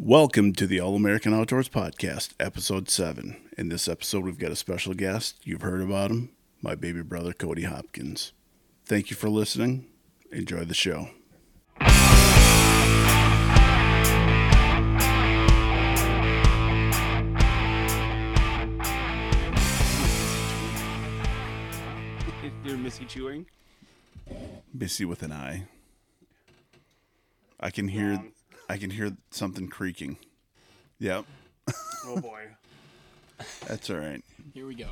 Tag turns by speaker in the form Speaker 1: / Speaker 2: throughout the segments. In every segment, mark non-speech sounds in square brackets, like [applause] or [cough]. Speaker 1: Welcome to the All American Outdoors Podcast, Episode 7. In this episode, we've got a special guest. You've heard about him, my baby brother, Cody Hopkins. Thank you for listening. Enjoy the show.
Speaker 2: You're Missy chewing.
Speaker 1: Missy with an eye. I can hear
Speaker 2: Wrong.
Speaker 1: I can hear something creaking. Yep,
Speaker 2: Oh boy.
Speaker 1: [laughs] that's all right.
Speaker 3: Here we go.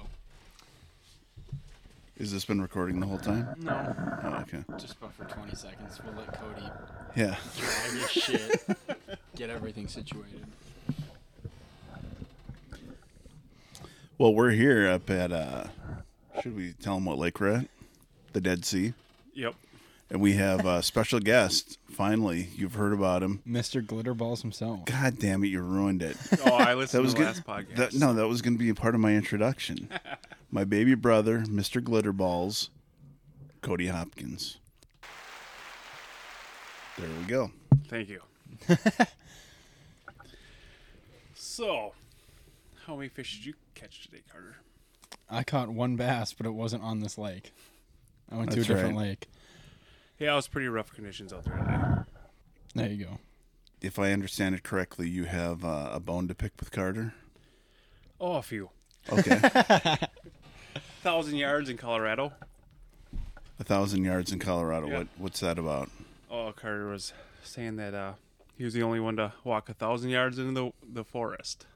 Speaker 1: Has this been recording the whole time?
Speaker 3: No,
Speaker 1: Oh, okay.
Speaker 3: just but for 20 seconds. We'll let Cody [laughs]
Speaker 1: Yeah.
Speaker 3: drive his shit, get everything situated.
Speaker 1: Well, we're here up at uh should we tell them what lake we're at? The Dead Sea.
Speaker 2: Yep.
Speaker 1: And we have a special guest. Finally, you've heard about him.
Speaker 3: Mr. Glitterballs himself.
Speaker 1: God damn it, you ruined it.
Speaker 2: Oh,
Speaker 1: [laughs]
Speaker 2: I
Speaker 1: That
Speaker 2: listened
Speaker 1: was
Speaker 2: to the
Speaker 1: good.
Speaker 2: last podcast.
Speaker 1: That, no, that was going to be a part of my
Speaker 2: [laughs]
Speaker 1: introduction. my baby brother, Mr. Glitterballs, Cody Hopkins. There we go.
Speaker 2: Thank you.
Speaker 1: [laughs]
Speaker 2: so, how many fish did you catch today, Carter?
Speaker 3: I caught one bass, but it wasn't on this lake. I went
Speaker 1: That's
Speaker 3: to a different
Speaker 1: right.
Speaker 3: lake.
Speaker 2: Yeah, it was pretty rough conditions out there today.
Speaker 3: There you go.
Speaker 1: If I understand it correctly, you have uh, a bone to pick with Carter.
Speaker 2: Oh, a few. [laughs]
Speaker 1: Okay.
Speaker 2: Thousand yards in Colorado.
Speaker 1: a thousand yards in Colorado.
Speaker 2: Yeah.
Speaker 1: What What's that about?
Speaker 2: Oh, Carter was saying that uh, he was the only one to walk a thousand yards into the, the forest.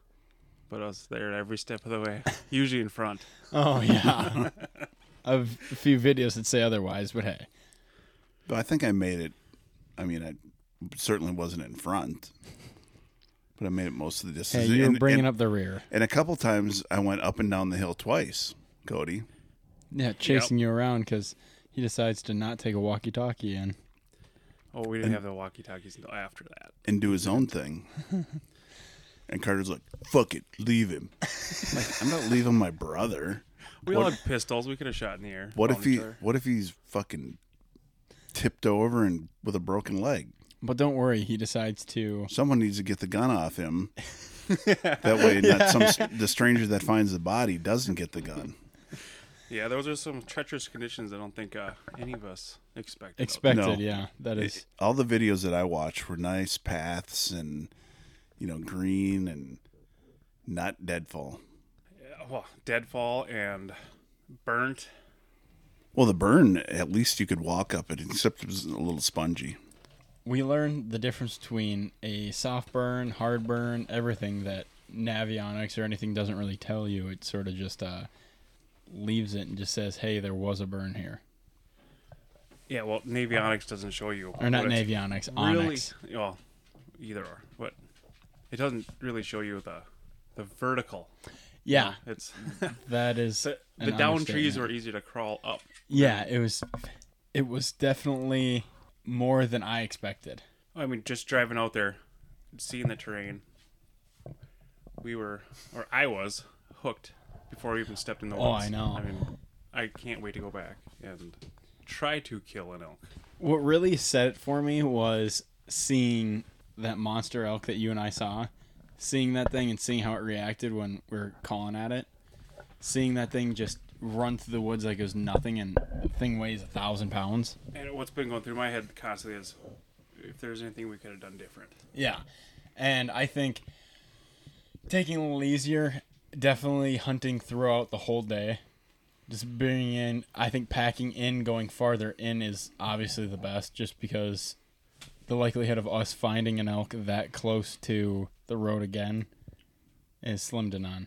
Speaker 2: But I was there every step of the way, [laughs] usually in front.
Speaker 3: Oh, yeah. [laughs] I have a few videos that say otherwise, but hey.
Speaker 1: But I think I made it. I mean, I certainly wasn't in front, but I made it most of the
Speaker 3: Hey,
Speaker 1: distance.
Speaker 3: you were
Speaker 1: And-
Speaker 3: bringing
Speaker 1: and-
Speaker 3: up the rear.
Speaker 1: And a couple times I went up and down the hill twice, Cody.
Speaker 3: Yeah, chasing you around because he decides to not take a walkie talkie in.
Speaker 2: Oh, we didn't have the walkie talkies until after that.
Speaker 1: and do his own thing. And Carter's like, "Fuck it, leave him." I'm like, I'm not leaving my brother.
Speaker 2: We all
Speaker 1: What-
Speaker 2: had pistols. We could have shot in the air.
Speaker 1: What if
Speaker 2: bombed each
Speaker 1: he?
Speaker 2: other.
Speaker 1: What if he's fucking tipped over and with a broken leg?
Speaker 3: But don't worry, he decides to.
Speaker 1: Someone needs to get the gun off him. that way, not some the stranger that finds the body doesn't get the gun.
Speaker 2: Yeah, those are some treacherous conditions. I don't think uh, any of us expected.
Speaker 3: Expected,
Speaker 1: No.
Speaker 3: yeah. That is.
Speaker 1: All the videos that I watched were nice paths and you know green and not deadfall.
Speaker 2: Uh, Well, deadfall and burnt.
Speaker 1: Well, the burn at least you could walk up it, except it was a little spongy.
Speaker 3: we learned the difference between a soft burn, hard burn, everything that Navionics or anything doesn't really tell you. It sort of just uh, leaves it and just says, "Hey, there was a burn here,"
Speaker 2: Yeah, well, navionics doesn't show you.
Speaker 3: or not
Speaker 2: what it's
Speaker 3: Navionics,
Speaker 2: Really?
Speaker 3: Onyx.
Speaker 2: Well, either or. But it doesn't really show you the the vertical.
Speaker 3: Yeah,
Speaker 2: It's [laughs]
Speaker 3: that is
Speaker 2: the, the
Speaker 3: an
Speaker 2: down trees
Speaker 3: understatement.
Speaker 2: were easier to crawl up.
Speaker 3: Yeah, it was. It was definitely more than I expected.
Speaker 2: I mean, just driving out there, seeing the terrain. We were, or I was, hooked before we even stepped in the woods.
Speaker 3: Oh, I know.
Speaker 2: I mean, I can't wait to go back and try to kill an elk.
Speaker 3: What really set it for me was seeing that monster elk that you and I saw, seeing that thing and seeing how it reacted when we were calling at it, seeing that thing just run through the woods like it was nothing, and the thing weighs a thousand pounds.
Speaker 2: And what's been going through my head constantly is if there's anything we could have done different.
Speaker 3: Yeah, and I think taking it a little easier, definitely hunting throughout the whole day. Just being in, I think packing in, going farther in is obviously the best, just because the likelihood of us finding an elk that close to the road again is slim to none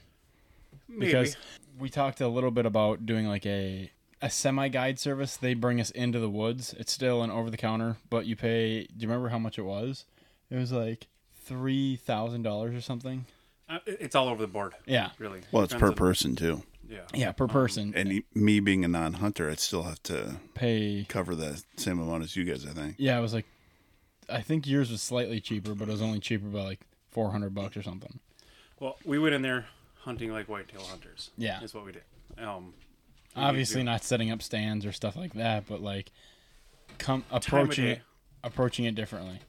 Speaker 2: Maybe.
Speaker 3: because we talked a little bit about doing like a a semi guide service. They bring us into the woods. It's still an over the counter, but you pay. Do you remember how much it was? It was like three thousand dollars or something.
Speaker 2: Uh, it- it's all over the board.
Speaker 3: Yeah,
Speaker 2: Really.
Speaker 1: Well, it's per
Speaker 2: Depends on-
Speaker 1: person too.
Speaker 2: Yeah.
Speaker 3: yeah, per person.
Speaker 1: And e- me being a non-hunter, I'd still have to
Speaker 3: pay.
Speaker 1: cover the same amount as you guys. I think.
Speaker 3: Yeah, it was like, I think yours was slightly cheaper, but it was only cheaper by like four hundred bucks or something.
Speaker 2: Well, we went in there hunting like whitetail hunters.
Speaker 3: Yeah.
Speaker 2: That's what we did. Um,
Speaker 3: Obviously, not setting up stands or stuff like that, but like, come
Speaker 2: Time of
Speaker 3: approaching
Speaker 2: day.
Speaker 3: it, approaching it differently.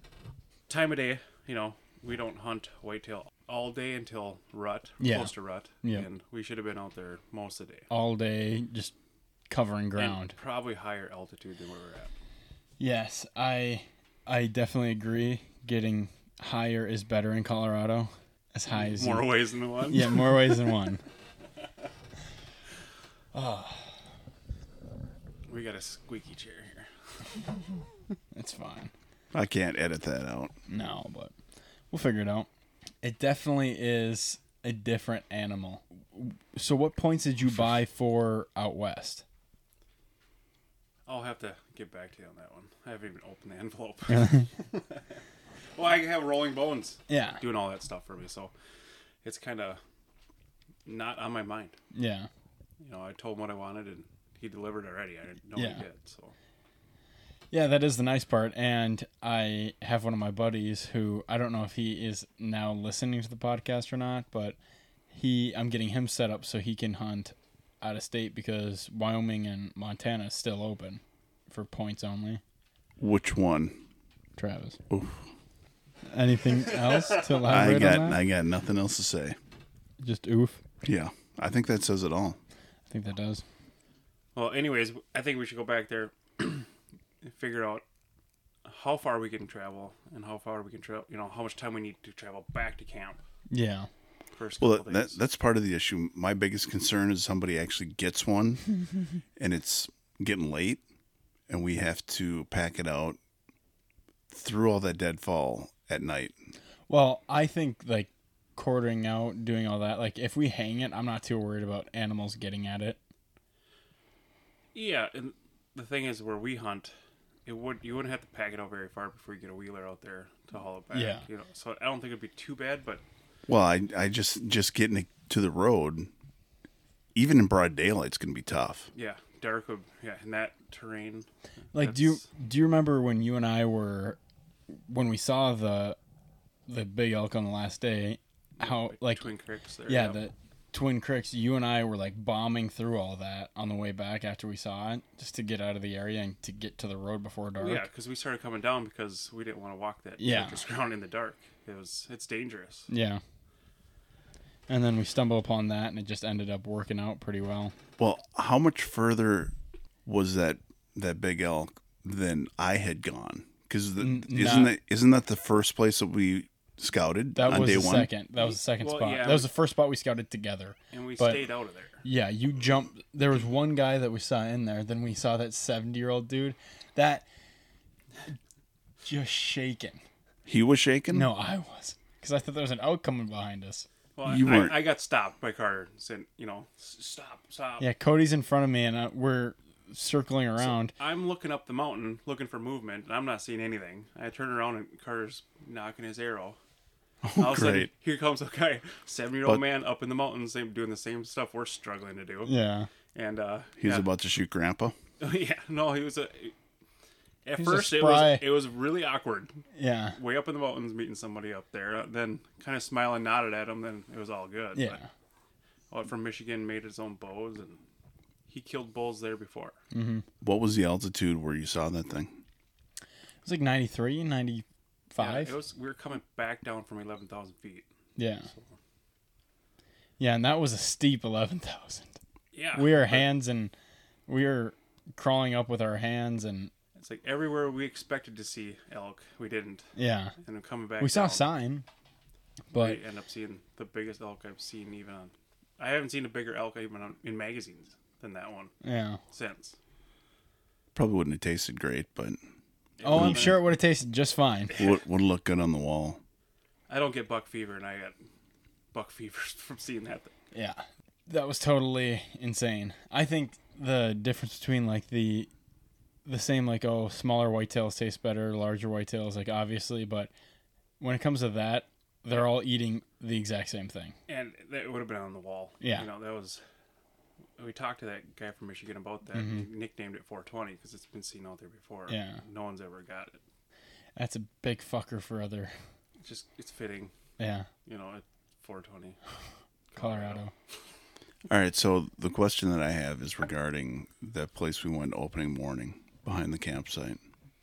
Speaker 2: time of day, you know, we don't hunt whitetail all day until rut,
Speaker 3: Yeah.
Speaker 2: close to rut,
Speaker 3: Yeah.
Speaker 2: and we should have been out there most of the day.
Speaker 3: all day, just covering
Speaker 2: And
Speaker 3: ground.
Speaker 2: probably higher altitude than where we're at.
Speaker 3: Yes, I I definitely agree. Getting higher is better in Colorado. As high as you-
Speaker 2: More ways than one.
Speaker 3: [laughs] Yeah, more ways than one.
Speaker 2: We got a squeaky chair here.
Speaker 3: It's fine.
Speaker 1: I can't edit that out.
Speaker 3: No, but we'll figure it out. It definitely is a different animal. So what points did you buy for out west?
Speaker 2: I'll have to get back to you on that one. I haven't even opened the envelope.
Speaker 3: [laughs]
Speaker 2: [laughs] well, I have Rolling Bones
Speaker 3: Yeah.
Speaker 2: doing all that stuff for me, so it's kind of not on my mind.
Speaker 3: Yeah.
Speaker 2: You know, I told him what I wanted, and he delivered already. I didn't know
Speaker 3: Yeah.
Speaker 2: he did. So
Speaker 3: Yeah, that is the nice part. And I have one of my buddies who I don't know if he is now listening to the podcast or not, but he I'm getting him set up so he can hunt out of state because Wyoming and Montana is still open for points only.
Speaker 1: Which one?
Speaker 3: Travis.
Speaker 1: Oof. [laughs]
Speaker 3: Anything else to
Speaker 1: I
Speaker 3: elaborate
Speaker 1: got
Speaker 3: on that?
Speaker 1: I got nothing else to say.
Speaker 3: Just oof.
Speaker 1: Yeah, I think that says it all.
Speaker 3: I think that does.
Speaker 2: Well, anyways, I think we should go back there [clears throat] and figure out how far we can travel and how far we can travel. You know, how much time we need to travel back to camp.
Speaker 3: Yeah.
Speaker 2: First,
Speaker 1: Well,
Speaker 2: couple
Speaker 1: that, that
Speaker 2: days.
Speaker 1: that's part of the issue. My biggest concern is somebody actually gets one, and it's getting late, and we have to pack it out through all that deadfall at night.
Speaker 3: Well, I think like quartering out, doing all that, like if we hang it, I'm not too worried about animals getting at it.
Speaker 2: yeah. And the thing is, where we hunt, it would you wouldn't have to pack it out very far before you get a wheeler out there to haul it back.
Speaker 3: Yeah.
Speaker 2: You know, so I don't think it'd be too bad, but
Speaker 1: Well, I I just just getting it to the road, even in broad daylight's gonna be tough.
Speaker 2: yeah, dark would yeah, in that terrain.
Speaker 3: Like do you
Speaker 2: That's-
Speaker 3: do you remember when you and I were when we saw the the big elk on the last day? How like
Speaker 2: Twin Creeks there.
Speaker 3: yeah, the Twin Creeks. You and I were like bombing through all that on the way back after we saw it, just to get out of the area and to get to the road before dark.
Speaker 2: Yeah, because we started coming down because we didn't want to walk that
Speaker 3: Yeah.
Speaker 2: treacherous [laughs] ground in the dark. It was it's dangerous.
Speaker 3: Yeah. And then we stumble upon that, and it just ended up working out pretty well.
Speaker 1: Well, how much further was that that big elk than I had gone? Because isn't
Speaker 3: no.
Speaker 1: that isn't that the first place that we scouted
Speaker 3: That
Speaker 1: on
Speaker 3: was
Speaker 1: day
Speaker 3: the
Speaker 1: one?
Speaker 3: second. That was the second
Speaker 2: Well,
Speaker 3: spot.
Speaker 2: yeah.
Speaker 3: That was the first spot we scouted together.
Speaker 2: And we
Speaker 3: But-
Speaker 2: stayed out of there.
Speaker 3: Yeah, you jumped. There was one guy that we saw in there. Then we saw that seventy-year-old dude. That just shaking.
Speaker 1: He was shaken.
Speaker 3: No, I was because I thought there was an elk coming behind us.
Speaker 2: Well,
Speaker 1: You
Speaker 2: I,
Speaker 1: weren't-
Speaker 2: I got stopped by Carter and said, you know, "S- stop, stop.
Speaker 3: Yeah, Cody's in front of me, and uh we're circling around.
Speaker 2: I'm looking up the mountain looking for movement, and I'm not seeing anything. I turn around and Carter's knocking his arrow. All of a sudden,
Speaker 1: Oh, great.
Speaker 2: here comes a guy, seven year old
Speaker 1: But-
Speaker 2: man up in the mountains, same, doing the same stuff we're struggling to do.
Speaker 3: yeah,
Speaker 2: And uh,
Speaker 1: He was
Speaker 2: yeah.
Speaker 1: about to shoot Grandpa.
Speaker 2: [laughs] yeah, no, he was a. At
Speaker 3: He's a
Speaker 2: first, it
Speaker 3: spry.
Speaker 2: was it was really awkward,
Speaker 3: yeah,
Speaker 2: way up in the mountains, meeting somebody up there. uh, Then kind of smiling, nodded at him. Then it was all good.
Speaker 3: yeah.
Speaker 2: But- Oh, from Michigan made his own bows, and he killed bulls there before.
Speaker 1: What was the altitude where you saw that thing?
Speaker 3: It was like 93, 95.
Speaker 2: Yeah, it was we were coming back down from eleven thousand feet.
Speaker 3: Yeah. Yeah, and that was a steep eleven thousand.
Speaker 2: Yeah,
Speaker 3: We are
Speaker 2: but
Speaker 3: hands and we are crawling up with our hands and
Speaker 2: It's like everywhere we expected to see elk, we didn't,
Speaker 3: yeah.
Speaker 2: and then coming back,
Speaker 3: We saw a
Speaker 2: down,
Speaker 3: sign, but
Speaker 2: We end up seeing the biggest elk I've seen even on. I haven't seen a bigger elk even on, in magazines than that one
Speaker 3: yeah.
Speaker 2: since.
Speaker 1: Probably wouldn't have tasted great,
Speaker 3: [sighs]
Speaker 1: but
Speaker 3: Oh, I'm
Speaker 2: Yeah.
Speaker 3: sure it would have tasted just fine.
Speaker 1: would would look good on the wall.
Speaker 2: I don't get buck fever, and I got buck [laughs] fever from seeing that. Thing.
Speaker 3: Yeah. That was totally insane. I think the difference between like the the same like oh smaller whitetails taste better, larger whitetails like obviously, but when it comes to that, they're all eating the exact same thing.
Speaker 2: and that would have been on the wall.
Speaker 3: Yeah.
Speaker 2: you know that was. We talked to that guy from Michigan about that. He nicknamed it 420 because it's been seen out there before.
Speaker 3: Mm-hmm. Yeah.
Speaker 2: no one's ever got it.
Speaker 3: That's a big fucker for other
Speaker 2: It's just it's fitting,
Speaker 3: yeah,
Speaker 2: you know, at 420.
Speaker 3: Colorado.
Speaker 1: All right, so the question that I have is regarding that place we went opening morning behind the campsite.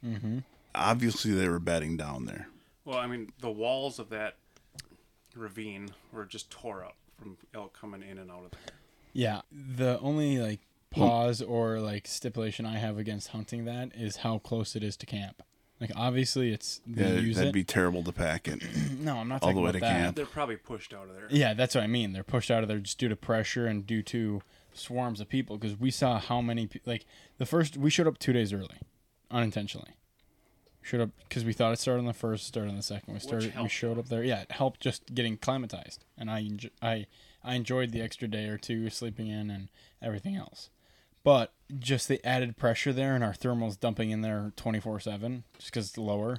Speaker 1: Mm-hmm. Obviously, they were batting down there.
Speaker 2: Well, I mean, the walls of that ravine were just tore up from elk coming in and out of there.
Speaker 3: Yeah. The only like pause or like stipulation I have against hunting that is how close it is to camp. Like obviously it's they
Speaker 1: Yeah,
Speaker 3: use
Speaker 1: that'd
Speaker 3: it.
Speaker 1: be terrible to pack it.
Speaker 3: no, I'm not
Speaker 1: all
Speaker 3: talking
Speaker 1: the way
Speaker 3: about
Speaker 1: to
Speaker 3: that.
Speaker 1: camp.
Speaker 2: They're probably pushed out of there.
Speaker 3: Yeah, that's what I mean. They're pushed out of there just due to pressure and due to swarms of people. Because we saw how many pe- like the first we showed up two days early, unintentionally. Showed up because we thought it started on the first, started on the second. We started, we
Speaker 2: helped.
Speaker 3: showed up there. Yeah, it helped just getting climatized, and I enj- I I enjoyed the extra day or two sleeping in and everything else. But just the added pressure there, and our thermals dumping in there twenty four seven just because it's lower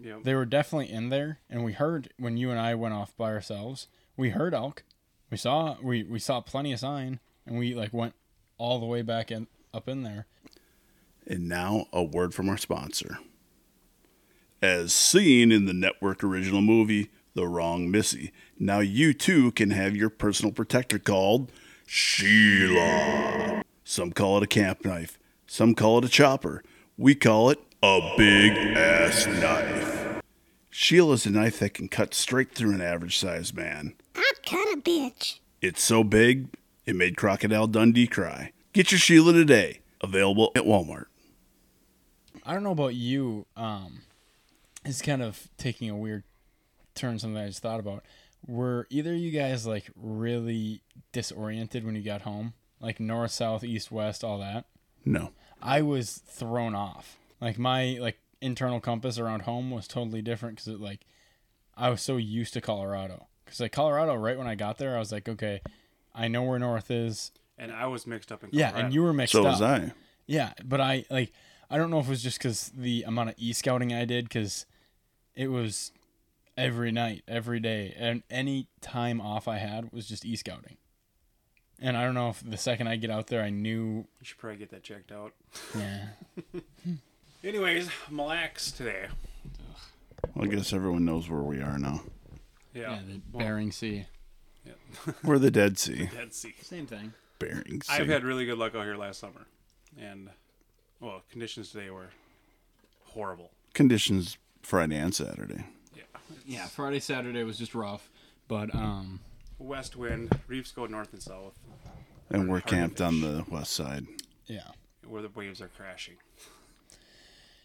Speaker 2: Yep.
Speaker 3: they were definitely in there and we heard when you and i went off by ourselves we heard elk we saw we, we saw plenty of sign and we like went all the way back in up in there
Speaker 1: And now, a word from our sponsor. As seen in the network original movie, The Wrong Missy, now you too can have your personal protector called Sheila. Some call it a camp knife, some call it a chopper. We call it a big ass knife. Sheila's a knife that can cut straight through an average sized man.
Speaker 4: I cut a bitch.
Speaker 1: It's so big, it made Crocodile Dundee cry. Get your Sheila today. Available at Walmart.
Speaker 3: i don't know about you um it's kind of taking a weird turn something i just thought about were either you guys like really disoriented when you got home like north south east west all that
Speaker 1: No.
Speaker 3: I was thrown off. Like my like internal compass around home was totally different because it like I was so used to Colorado. Because like Colorado, right when I got there, I was like, okay, I know where north is.
Speaker 2: And I was mixed up in
Speaker 3: Yeah,
Speaker 2: Colorado.
Speaker 3: and you were mixed
Speaker 1: So
Speaker 3: up.
Speaker 1: was I.
Speaker 3: Yeah, but I like I don't know if it was just because the amount of e scouting I did because it was every night, every day, and any time off I had was just e scouting. And I don't know if the second I get out there, I knew.
Speaker 2: You should probably get that checked out.
Speaker 3: Yeah.
Speaker 2: Anyways, Mille Lacs today.
Speaker 1: Well, I guess everyone knows where we are now.
Speaker 3: Oh,
Speaker 2: Yeah.
Speaker 3: Bering Sea.
Speaker 1: We're the Dead Sea.
Speaker 2: [laughs] Dead Sea.
Speaker 3: Same thing.
Speaker 1: Bering Sea.
Speaker 2: I've had really good luck out here last summer, and well, conditions today were horrible.
Speaker 1: conditions Friday and Saturday.
Speaker 2: Yeah.
Speaker 3: Yeah, Friday, Saturday was just rough, but um,
Speaker 2: West wind. Reefs go north and south,
Speaker 1: And we're camped on the west side.
Speaker 3: yeah,
Speaker 2: where the waves are crashing.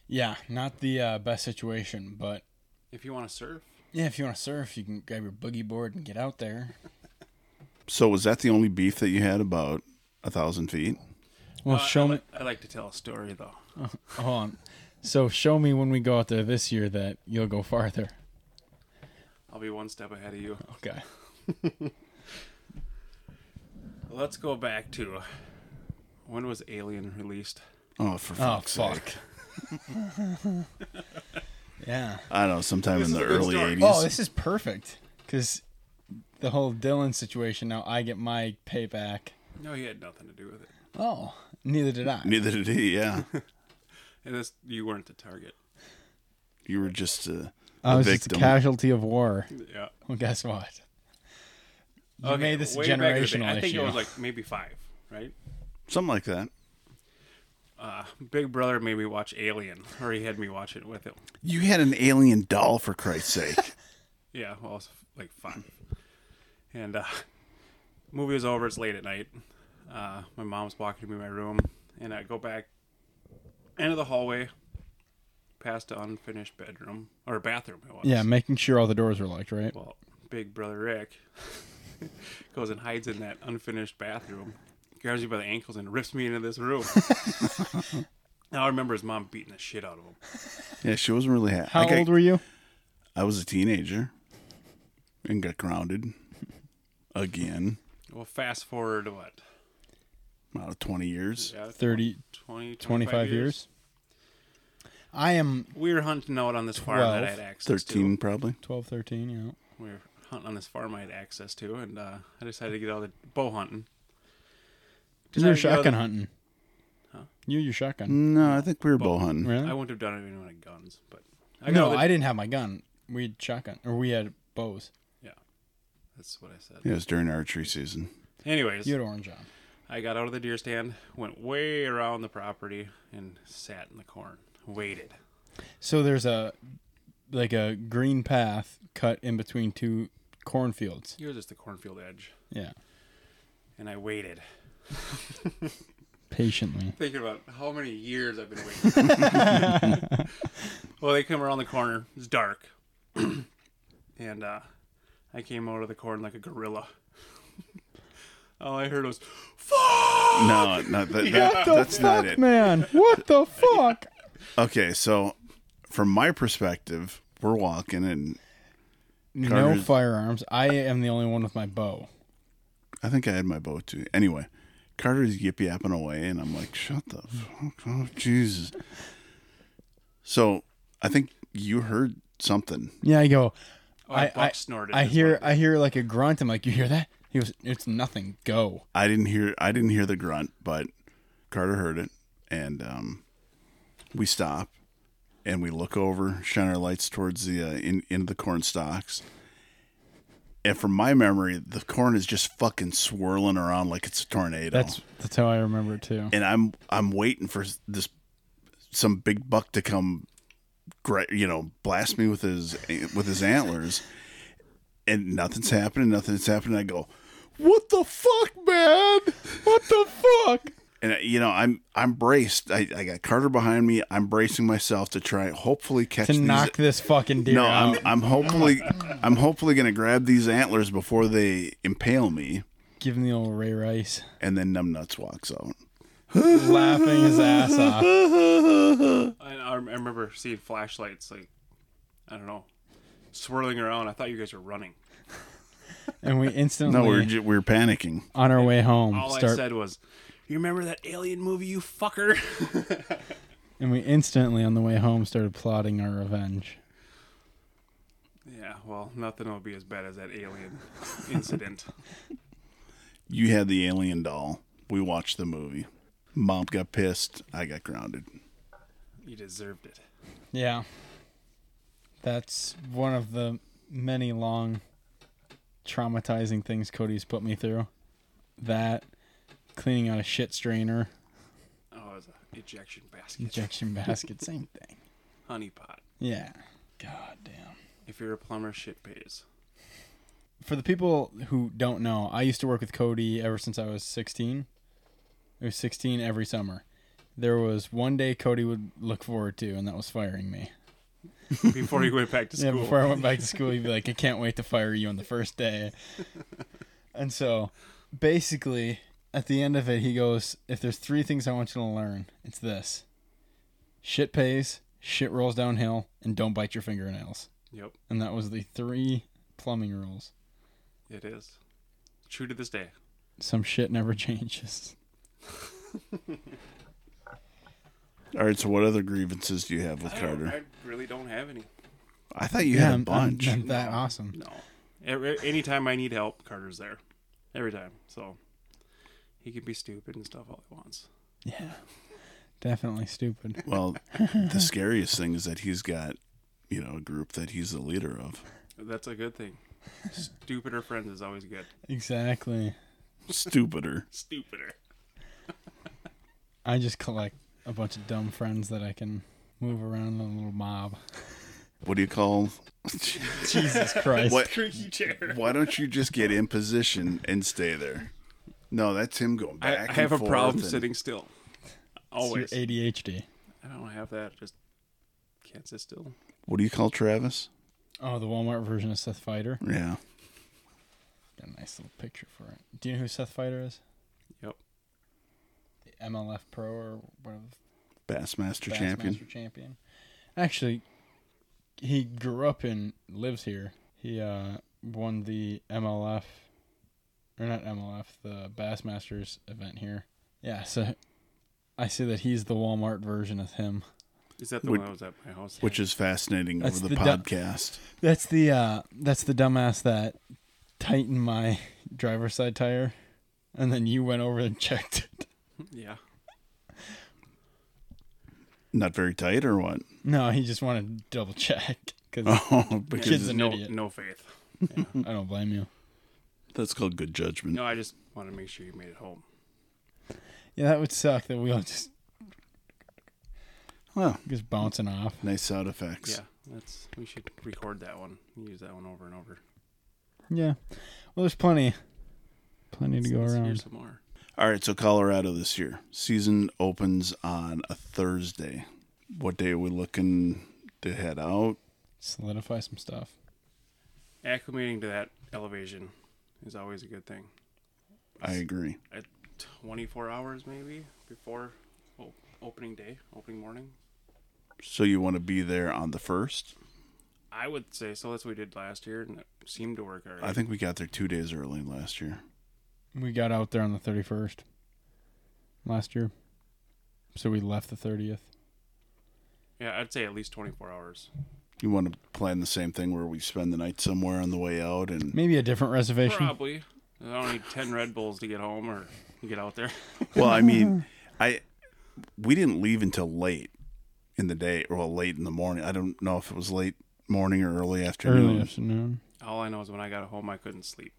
Speaker 3: yeah, not the uh, best situation. But
Speaker 2: If you want to surf,
Speaker 3: yeah, if you want to surf, you can grab your boogie board and get out there.
Speaker 1: So was that the only beef that you had about a thousand feet?
Speaker 3: Well,
Speaker 2: Uh,
Speaker 3: show
Speaker 2: I
Speaker 3: me.
Speaker 2: li- I like to tell a story though.
Speaker 3: Hold on. So show me when we go out there this year that you'll go farther.
Speaker 2: I'll be one step ahead of you.
Speaker 3: Okay.
Speaker 2: Let's go back to when was Alien released?
Speaker 1: Oh, for
Speaker 3: Oh
Speaker 1: fuck's sake!
Speaker 3: fuck. [laughs] yeah.
Speaker 1: I don't know. Sometime
Speaker 2: This
Speaker 1: in
Speaker 2: is
Speaker 1: the
Speaker 2: a good
Speaker 1: early
Speaker 2: story.
Speaker 1: '80s.
Speaker 3: Oh, this is perfect because the whole Dylan situation. Now I get my payback.
Speaker 2: No, he had nothing to do with it.
Speaker 3: Oh, neither did I.
Speaker 1: [laughs] Neither did he. Yeah,
Speaker 2: And this, you weren't the target.
Speaker 1: you were just a,
Speaker 3: I
Speaker 1: a
Speaker 3: was just a
Speaker 1: victim.
Speaker 3: casualty of war.
Speaker 2: Yeah.
Speaker 3: Well, guess what? You
Speaker 2: Okay,
Speaker 3: made this a
Speaker 2: way back in the day.
Speaker 3: generational
Speaker 2: I think
Speaker 3: issue.
Speaker 2: it was like maybe five, right?
Speaker 1: Something like that.
Speaker 2: Uh, Big Brother made me watch Alien, or he had me watch it with him.
Speaker 1: You had an alien doll for Christ's sake.
Speaker 2: Yeah, well, I was like five. And uh, movie was over. It's late at night. Uh, my mom's walking me to my room, and I go back end of the hallway, past the unfinished bedroom or bathroom. It was.
Speaker 3: yeah, making sure all the doors were locked, right?
Speaker 2: Well, Big Brother Rick [laughs] goes and hides in that unfinished bathroom, grabs me by the ankles, and rips me into this room. [laughs] now I remember his mom beating the shit out of him.
Speaker 1: [laughs] yeah, she wasn't really happy.
Speaker 3: How old were you?
Speaker 2: [laughs]
Speaker 1: I was a teenager and got grounded again.
Speaker 2: Well, fast forward to what?
Speaker 1: About 20 years.
Speaker 2: Yeah,
Speaker 3: 30,
Speaker 2: 20,
Speaker 3: 25 years.
Speaker 2: years.
Speaker 3: I am
Speaker 2: We were hunting out on this farm that I had access
Speaker 1: 13
Speaker 2: to.
Speaker 1: probably.
Speaker 3: 12, 13, you know.
Speaker 2: We were hunting on this farm I had access to, and uh, I decided to get out of the bow hunting.
Speaker 3: You were
Speaker 2: Decided to get out of-
Speaker 3: shotgun hunting. You your shotgun.
Speaker 1: No, I think we were bow hunting.
Speaker 3: Really?
Speaker 2: I wouldn't have done it even with guns, but I
Speaker 3: no,
Speaker 2: got out of the-
Speaker 3: I didn't have my gun. We had shotgun, or we had bows.
Speaker 2: yeah, that's what I said.
Speaker 1: Yeah, it was during archery season.
Speaker 2: Anyways,
Speaker 3: You had orange on.
Speaker 2: I got out of the deer stand, went way around the property, and sat in the corn, waited.
Speaker 3: So there's a like a green path cut in between two cornfields.
Speaker 2: You're just the cornfield edge.
Speaker 3: Yeah,
Speaker 2: And I waited.
Speaker 3: patiently.
Speaker 2: Thinking about how many years I've been waiting. well, they come around the corner. It's dark. [clears throat] and uh, I came out of the corn like a gorilla. [laughs] All I heard was, fuck!
Speaker 1: [laughs] No, [laughs] no, that, that, that's not it.
Speaker 3: man!
Speaker 2: [laughs]
Speaker 3: What the fuck?
Speaker 1: Okay, so from my perspective, we're walking, and
Speaker 3: No
Speaker 1: Carter's-
Speaker 3: firearms. I am the only one with my bow.
Speaker 1: I think I had my bow too. Anyway, Carter's yip yapping away, and I'm like, shut the fuck up, Jesus. So I think you heard something.
Speaker 3: Yeah, I go.
Speaker 2: Oh,
Speaker 3: I,
Speaker 2: Buck
Speaker 3: I
Speaker 2: snorted.
Speaker 3: I
Speaker 2: is
Speaker 3: hear
Speaker 2: what it
Speaker 3: I hear like a grunt. I'm like, you hear that? He goes, it's nothing. Go.
Speaker 1: I didn't hear. I didn't hear the grunt, but Carter heard it, and um, we stop and we look over, shine our lights towards the uh, in into the corn stalks. And from my memory, the corn is just fucking swirling around like it's a tornado.
Speaker 3: That's that's how I remember it too.
Speaker 1: and I'm I'm waiting for this some big buck to come, gra- you know, blast me with his with his antlers, and nothing's happening. Nothing's happening. I go, what the fuck, man?
Speaker 3: What the fuck?
Speaker 1: And you know, I'm I'm braced. I, I got Carter behind me. I'm bracing myself to try and hopefully catch
Speaker 3: To
Speaker 1: these.
Speaker 3: knock this fucking deer
Speaker 1: no,
Speaker 3: out.
Speaker 1: I'm I'm hopefully I'm hopefully gonna grab these antlers before they impale me.
Speaker 3: Give him the old Ray Rice,
Speaker 1: And then Numbnuts walks out.
Speaker 3: laughing his ass off.
Speaker 2: was. I, I remember seeing flashlights, like, I don't know, swirling around. I thought you guys were running.
Speaker 3: And we instantly,
Speaker 1: No, we're ju- we're panicking.
Speaker 3: on our way home,
Speaker 2: All I
Speaker 3: start,
Speaker 2: said was, you remember that alien movie, you fucker? [laughs]
Speaker 3: and we instantly on the way home started plotting our revenge.
Speaker 2: yeah, well, nothing will be as bad as that alien incident.
Speaker 1: You had the alien doll. We watched the movie. Mom got pissed. I got grounded.
Speaker 2: You deserved it.
Speaker 3: Yeah, that's one of the many long, traumatizing things Cody's put me through. That cleaning out a shit strainer,
Speaker 2: Oh, it was an ejection basket.
Speaker 3: injection basket, same thing.
Speaker 2: Honey pot.
Speaker 3: Yeah. God damn.
Speaker 2: If you're a plumber, shit
Speaker 3: [laughs]
Speaker 2: pays.
Speaker 3: for the people who don't know, I used to work with Cody ever since I was 16. It was 16 every summer. There was one day Cody would look forward to, and that was firing me.
Speaker 2: Before you went back to
Speaker 3: Yeah,
Speaker 2: school.
Speaker 3: before I went back to school, he'd be like, I can't wait to fire you on the first day. And so, basically, at the end of it, he goes, If there's three things I want you to learn, it's this shit pays, shit rolls downhill, and don't bite your fingernails.
Speaker 2: Yep,
Speaker 3: And that was the three plumbing rules.
Speaker 2: it is. True to this day.
Speaker 3: Some shit never [laughs] changes.
Speaker 1: All right. So, what other grievances do you have with
Speaker 2: I, don't-
Speaker 1: Carter?
Speaker 2: I really don't have any.
Speaker 1: I thought you had a
Speaker 3: I'm- I'm-
Speaker 1: bunch.
Speaker 3: I'm that awesome.
Speaker 2: No. Every, anytime I need help, Carter's there. Every time. So he can be stupid and stuff all he wants.
Speaker 3: Yeah. Definitely stupid. [laughs]
Speaker 1: well, the scariest thing is that he's got, you know, a group that he's the leader of.
Speaker 2: That's a good thing. Stupider friends is always good.
Speaker 3: Exactly.
Speaker 1: Stupider.
Speaker 2: Stupider.
Speaker 3: I just collect a bunch of dumb friends that I can move around in a little mob.
Speaker 1: What do you call?
Speaker 3: Jesus Christ.
Speaker 1: What?
Speaker 2: Creaky chair.
Speaker 1: Why don't you just get in position and stay there? No, that's him going
Speaker 2: I,
Speaker 1: back.
Speaker 2: I
Speaker 1: and
Speaker 2: have a
Speaker 1: forth
Speaker 2: problem
Speaker 1: and-
Speaker 2: sitting still.
Speaker 3: It's your
Speaker 2: Always. I
Speaker 3: ADHD.
Speaker 2: don't have that. Just can't sit still.
Speaker 1: What do you call Travis?
Speaker 3: Oh, the Walmart version of Seth Fighter.
Speaker 1: Yeah.
Speaker 3: Got a nice little picture for it. Do you know who Seth Fighter is?
Speaker 2: Yep.
Speaker 3: The MLF pro or whatever.
Speaker 1: Bassmaster
Speaker 3: Bassmaster
Speaker 1: champion.
Speaker 3: champion. Actually, he grew up and lives here. He uh, won the MLF, or not MLF, the Bassmasters event here. Yeah, so I see that he's the Walmart version of him. [laughs]
Speaker 2: Is that the
Speaker 1: Would-
Speaker 2: one that was at my house?
Speaker 1: Which is fascinating
Speaker 3: That's
Speaker 1: over the,
Speaker 3: the du-
Speaker 1: podcast.
Speaker 3: That's the uh, that's the dumbass that tightened my [laughs] driver's side tire, and then you went over and [laughs] checked it.
Speaker 2: Yeah.
Speaker 1: Not very tight or what?
Speaker 3: No, he just wanted to double check because
Speaker 1: [laughs] Oh, because
Speaker 3: Kid's
Speaker 1: it-
Speaker 3: an
Speaker 2: no,
Speaker 3: idiot.
Speaker 2: no faith.
Speaker 3: I don't blame you.
Speaker 1: that's called good judgment.
Speaker 2: [laughs] No, I just want to make sure you made it home.
Speaker 3: Yeah, that would suck that we all just
Speaker 1: Well,
Speaker 3: Just bouncing off.
Speaker 1: nice sound effects.
Speaker 2: Yeah, that's we should record that one. Use that one over and over.
Speaker 3: Yeah. Well, there's plenty, plenty to go
Speaker 2: Let's hear
Speaker 3: around.
Speaker 2: some more.
Speaker 1: All right, so Colorado this year season opens on a Thursday. What day are we looking to head out?
Speaker 3: Solidify some stuff.
Speaker 2: Acclimating to that elevation is always a good thing.
Speaker 1: I agree.
Speaker 2: At 24 hours maybe before o- opening day, opening morning.
Speaker 1: So you want to be there on the first?
Speaker 2: I would say so. That's what we did last year, and it seemed to work already.
Speaker 1: I think we got there two days early last year.
Speaker 3: We got out there on the 31st last year. So we left the 30th.
Speaker 2: yeah, I'd say at least 24 hours.
Speaker 1: You want to plan the same thing where we spend the night somewhere on the way out and
Speaker 3: Maybe a different reservation.
Speaker 2: Probably. I don't need 10 Red Bulls to get home or get out there.
Speaker 1: Well, I mean, I we didn't leave until late in the day or well, late in the morning. I don't know if it was late morning or early afternoon.
Speaker 3: Early afternoon.
Speaker 2: All I know is when I got home, I couldn't sleep.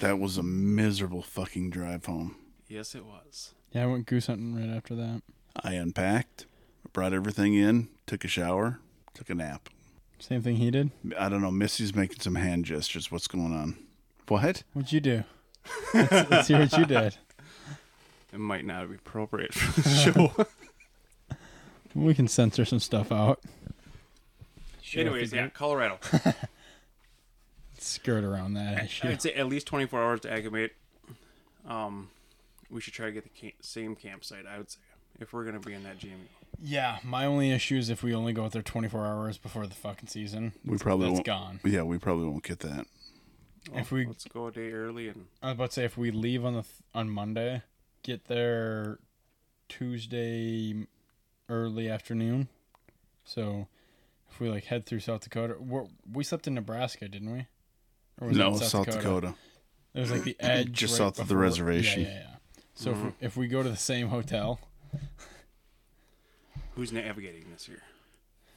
Speaker 1: That was a miserable fucking drive home.
Speaker 2: Yes, it was.
Speaker 3: Yeah, I went goose hunting right after that.
Speaker 1: I unpacked, brought everything in, took a shower, took a nap.
Speaker 3: Same thing he did.
Speaker 1: I don't know. Missy's making some hand gestures. What's going on? What?
Speaker 3: What'd you do? let's, let's hear [laughs] what you did.
Speaker 2: It might not be appropriate for
Speaker 3: [laughs]
Speaker 2: the show.
Speaker 3: We can censor some stuff out.
Speaker 2: Anyways, yeah,
Speaker 3: [laughs]
Speaker 2: Colorado.
Speaker 3: Skirt around that issue.
Speaker 2: I'd say at least 24 hours to acclimate. Um, we should try to get the ca- same campsite, I would say, if we're going to be in that GMU.
Speaker 3: Yeah, my only issue is if we only go out there 24 hours before the fucking season.
Speaker 1: We probably
Speaker 3: that's
Speaker 1: won't.
Speaker 3: gone.
Speaker 1: Yeah, we probably won't get that.
Speaker 3: if we
Speaker 2: Oh, Let's go a day early and
Speaker 3: I was about to say if we leave on the th- on Monday, get there Tuesday m- early afternoon. So if we like head through South Dakota, we we slept in Nebraska, didn't we? Or
Speaker 1: no,
Speaker 3: that
Speaker 1: South, Dakota.
Speaker 3: It was like the
Speaker 1: [clears throat]
Speaker 3: edge,
Speaker 1: Just
Speaker 3: right
Speaker 1: south of the
Speaker 3: before-
Speaker 1: reservation. Mm-hmm.
Speaker 3: Yeah, yeah, yeah. So if, we, if we go to the same hotel,
Speaker 2: who's navigating this year?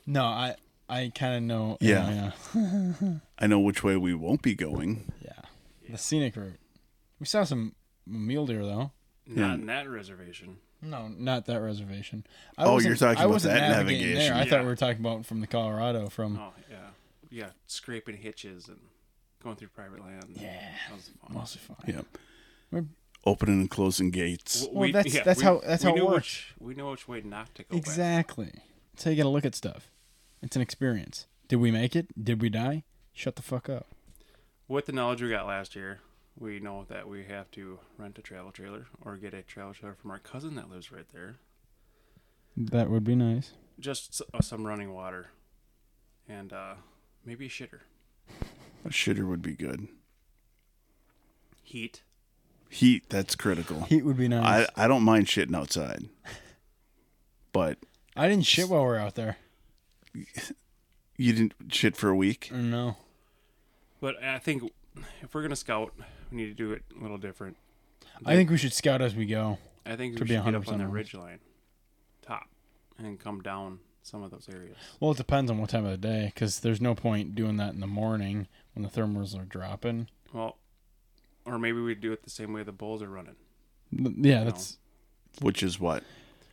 Speaker 3: no, I I kind of know.
Speaker 1: Yeah.
Speaker 3: yeah,
Speaker 1: I know which way we won't be going.
Speaker 3: yeah. The scenic route. We saw some mule deer though.
Speaker 2: Not in that reservation.
Speaker 3: No, not that reservation. I
Speaker 1: Oh,
Speaker 3: wasn't-
Speaker 1: you're talking
Speaker 3: I
Speaker 1: about
Speaker 3: wasn't
Speaker 1: that
Speaker 3: navigating
Speaker 1: navigation.
Speaker 3: There. I thought
Speaker 2: Yeah.
Speaker 3: we were talking about from the Colorado from.
Speaker 2: Oh, yeah. Yeah, scraping hitches and going through private land.
Speaker 3: Yeah.
Speaker 2: That was fun.
Speaker 3: Mostly fine.
Speaker 1: Yeah.
Speaker 3: We're-
Speaker 1: Opening and closing gates.
Speaker 2: W-
Speaker 3: Well, that's- that's how- that's how it
Speaker 2: knew
Speaker 3: works.
Speaker 2: Which, we know which way not to go. back.
Speaker 3: Exactly. That's how you got to look at stuff. It's an experience. Did we make it? Did we die? Shut the fuck up.
Speaker 2: With the knowledge we got last year, we know that we have to rent a travel trailer or get a travel trailer from our cousin that lives right there.
Speaker 3: That would be nice.
Speaker 2: Just s- uh, some running water, and uh, maybe a shitter.
Speaker 1: A shitter would be good.
Speaker 2: Heat.
Speaker 1: Heat, that's critical.
Speaker 3: Heat would be
Speaker 1: I,
Speaker 3: nice.
Speaker 1: I don't mind shitting outside. But
Speaker 3: I, didn't shit while we were out there.
Speaker 1: you didn't shit for a week?
Speaker 3: Or no.
Speaker 2: But I think if we're gonna scout, we need to do it a little different.
Speaker 3: I think we should scout as we go.
Speaker 2: I think
Speaker 3: To
Speaker 2: we
Speaker 3: be
Speaker 2: should get up
Speaker 3: 100%
Speaker 2: on the
Speaker 3: honest.
Speaker 2: ridge line, top, and come down some of those areas.
Speaker 3: Well, it depends on what time of the day, because there's no point doing that in the morning when the thermals are dropping.
Speaker 2: Well, or maybe we do it the same way the bulls are running,
Speaker 3: N- Yeah, that's Mm.
Speaker 1: Which is what?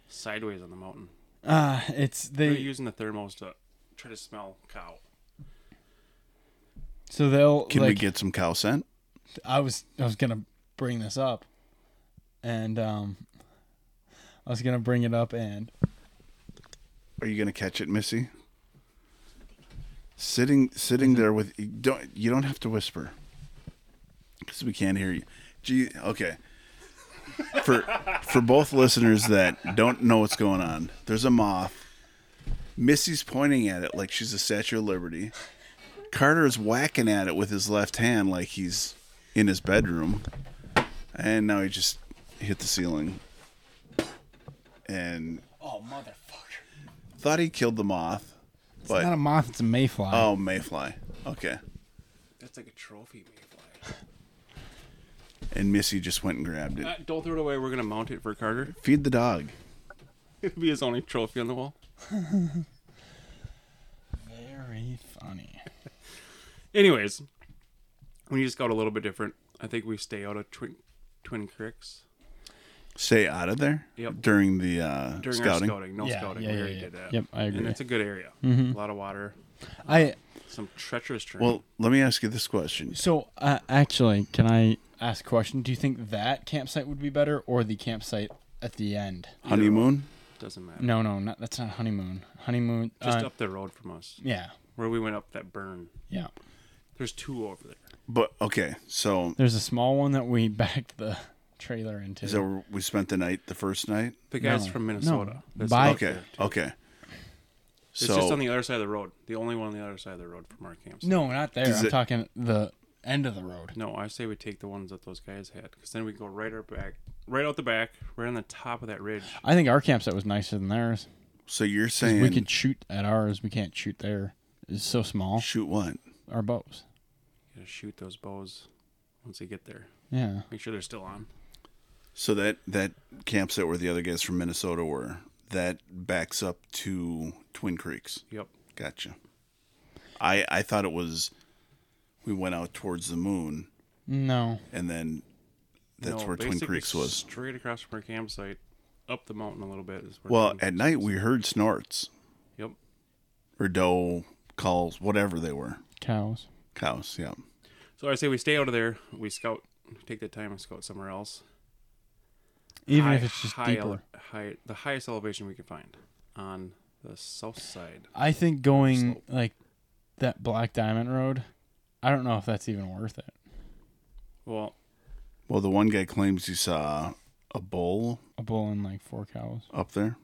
Speaker 2: sideways on the mountain.
Speaker 3: ah, it's
Speaker 2: They're
Speaker 3: they.
Speaker 2: using the thermals to try to smell cow.
Speaker 3: So they'll
Speaker 1: Can we
Speaker 3: like,
Speaker 1: get some cow scent?
Speaker 3: I was I was gonna bring this up, and um, I was gonna bring it up, and
Speaker 1: Are you gonna catch it, Missy? Sitting, sitting there with you don't you don't have to whisper because we can't hear you. Gee, okay. For for both listeners that don't know what's going on, there's a moth. Missy's pointing at it like she's a Statue of Liberty. Carter is whacking at it with his left hand like he's in his bedroom, and now he just hit the ceiling. And
Speaker 3: oh motherfucker!
Speaker 1: Thought he killed the moth,
Speaker 3: It's not a
Speaker 1: but
Speaker 3: moth, it's a mayfly.
Speaker 1: oh, mayfly. Okay.
Speaker 2: That's like a trophy mayfly.
Speaker 1: And Missy just went and grabbed it.
Speaker 2: [laughs] Uh, don't throw it away. We're gonna mount it for Carter. [laughs]
Speaker 1: Feed the dog.
Speaker 2: It'll be his only trophy on the wall.
Speaker 3: Very funny.
Speaker 2: Anyways, we just got a little bit different. I think we stay out of Twin Twin Creeks.
Speaker 1: Stay out of there
Speaker 2: Yep.
Speaker 1: during the uh,
Speaker 2: during
Speaker 1: scouting.
Speaker 2: our scouting. No
Speaker 3: Yeah,
Speaker 2: scouting.
Speaker 3: yeah,
Speaker 2: we
Speaker 3: yeah,
Speaker 2: already
Speaker 3: yeah.
Speaker 2: did that.
Speaker 3: Yep, I
Speaker 2: And
Speaker 3: agree. Mm-hmm.
Speaker 2: it's a good area. A lot of water.
Speaker 3: I
Speaker 2: Some treacherous terrain.
Speaker 1: Well, let me ask you this question.
Speaker 3: so uh, actually, can I ask a question? Do you think that campsite would be better or the campsite at the end?
Speaker 1: Honeymoon?
Speaker 2: doesn't matter.
Speaker 3: No, no, not, that's not honeymoon. Honeymoon.
Speaker 2: Just
Speaker 3: uh,
Speaker 2: up the road from us,
Speaker 3: Yeah,
Speaker 2: where we went up that burn.
Speaker 3: yeah.
Speaker 2: There's two over there.
Speaker 1: But okay, so
Speaker 3: There's a small one that we [laughs] backed the trailer into.
Speaker 1: is that where we spent the night the first night?
Speaker 2: The guy's
Speaker 3: No,
Speaker 2: from
Speaker 3: no.
Speaker 2: Minnesota. That's
Speaker 3: By-
Speaker 2: up
Speaker 1: Okay.
Speaker 2: there, too.
Speaker 1: Okay.
Speaker 2: It's just on the other side of the road. The only one on the other side of the road from our campsite.
Speaker 3: no, not there.
Speaker 1: Is
Speaker 3: I'm
Speaker 1: it-
Speaker 3: talking the end of the road.
Speaker 2: No, I say we take the ones that those guys had, because then we go right out back, right out the back, right on the top of that ridge.
Speaker 3: I think our campsite was nicer than theirs.
Speaker 1: so you're
Speaker 3: 'Cause
Speaker 1: saying
Speaker 3: We could shoot at ours. We can't shoot there. It's so small.
Speaker 1: shoot what?
Speaker 3: Our bows.
Speaker 2: You gotta shoot those bows once they get there.
Speaker 3: Yeah.
Speaker 2: Make sure they're still on.
Speaker 1: So that that campsite where the other guys from Minnesota were that backs up to Twin Creeks.
Speaker 2: Yep.
Speaker 1: Gotcha. I I thought it was we went out towards the moon
Speaker 3: No.
Speaker 1: and then that's
Speaker 2: No,
Speaker 1: where Twin
Speaker 2: basically
Speaker 1: Creeks was.
Speaker 2: Straight across from our campsite, up the mountain a little bit. Is where
Speaker 1: Well,
Speaker 2: Twin
Speaker 1: at
Speaker 2: Creeks
Speaker 1: night
Speaker 2: is.
Speaker 1: we heard snorts
Speaker 2: Yep.
Speaker 1: or doe calls, whatever they were.
Speaker 3: Cows.
Speaker 1: Cows, yeah.
Speaker 2: So I say we stay out of there. We scout, take the time and scout somewhere else.
Speaker 3: Even if
Speaker 2: High-
Speaker 3: it's just
Speaker 2: high
Speaker 3: deeper.
Speaker 2: ele- high, the highest elevation we can find on the south side.
Speaker 3: I think going
Speaker 2: Slope.
Speaker 3: like that Black Diamond Road, I don't know if that's even worth it.
Speaker 2: Well,
Speaker 1: Well, the one guy claims he saw a bull
Speaker 3: A bull and like four cows.
Speaker 1: up there.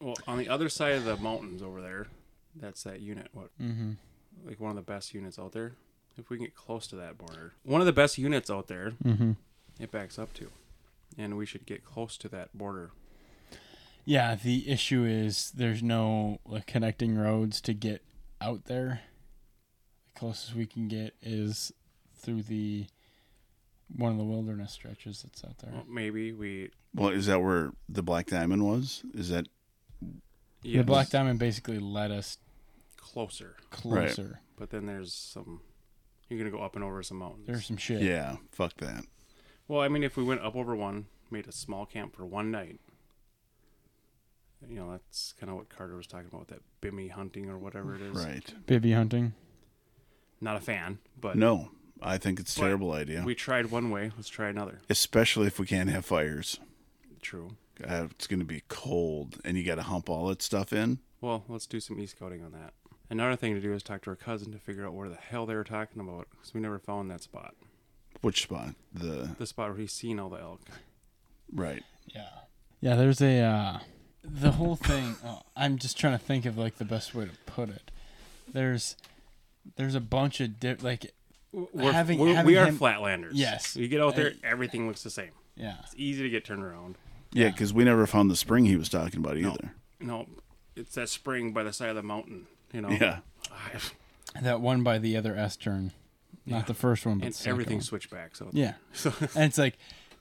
Speaker 2: well, on the other side of the mountains over there, that's that unit. What?
Speaker 3: Mm-hmm.
Speaker 2: Like one of the best units out there. If we can get close to that border, one of the best units out there,
Speaker 3: Mm-hmm.
Speaker 2: it backs up to, and we should get close to that border.
Speaker 3: Yeah, the issue is there's no like, connecting roads to get out there. The closest we can get is through the one of the wilderness stretches that's out there.
Speaker 2: Well, maybe we.
Speaker 1: Well, is that where the black diamond was? Is that
Speaker 2: Yeah,
Speaker 3: The Black Diamond basically led us
Speaker 2: closer,
Speaker 3: closer.
Speaker 2: but then there's some. You're gonna go up and over some mountains.
Speaker 3: There's some shit.
Speaker 1: yeah? Fuck that.
Speaker 2: Well, I mean, if we went up over one, made a small camp for one night, you know, that's kind of what Carter was talking about that bimmy hunting or whatever it is.
Speaker 1: Right.
Speaker 3: Bivy hunting.
Speaker 2: Not a fan, but
Speaker 1: No, I think it's a
Speaker 2: But
Speaker 1: terrible idea,
Speaker 2: we tried one way. Let's try another.
Speaker 1: especially if we can't have fires.
Speaker 2: True.
Speaker 1: Uh, it's going to be cold, and you got to hump all that stuff in.
Speaker 2: Well, let's do some e scouting on that. Another thing to do is talk to our cousin to figure out where the hell they were talking about because we never found that spot.
Speaker 1: Which spot? The
Speaker 2: The spot where he's seen all the elk.
Speaker 1: right.
Speaker 3: Yeah. Yeah, there's a uh the whole thing [laughs] oh, I'm just trying to think of like the best way to put it. There's there's a bunch of di- like
Speaker 2: We're,
Speaker 3: Having-
Speaker 2: we're,
Speaker 3: having
Speaker 2: we are
Speaker 3: him-
Speaker 2: flatlanders.
Speaker 3: Yes. Uh,
Speaker 2: You get out there,
Speaker 3: I-
Speaker 2: everything looks the same.
Speaker 3: yeah.
Speaker 2: It's easy to get turned around.
Speaker 1: Yeah, because we never found the spring he was talking about either.
Speaker 2: No, it's that spring by the side of the mountain, you know?
Speaker 1: Yeah.
Speaker 3: That one by the other S turn. Not the first one, but
Speaker 2: and
Speaker 3: the second
Speaker 2: everything
Speaker 3: one.
Speaker 2: switchbacks. So
Speaker 3: Yeah. and it's like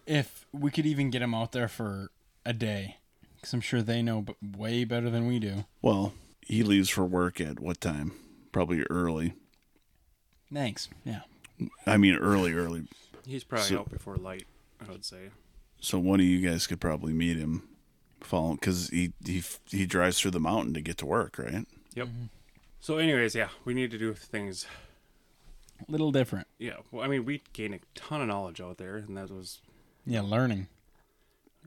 Speaker 3: if we could even get them out there for a day cuz I'm sure they know b- way better than we do.
Speaker 1: Well, he leaves for work at what time? Probably early.
Speaker 3: Thanks. Yeah.
Speaker 1: I mean, early, early.
Speaker 2: he's probably
Speaker 1: So-
Speaker 2: out before light. I would say.
Speaker 1: So one of you guys could probably meet him, follow because he he he drives through the mountain to get to work, right?
Speaker 2: Yep. So, anyways, yeah, we need to do things.
Speaker 3: Little different.
Speaker 2: Yeah, well, I mean, we gained a ton of knowledge out there, and that was
Speaker 3: Yeah, learning.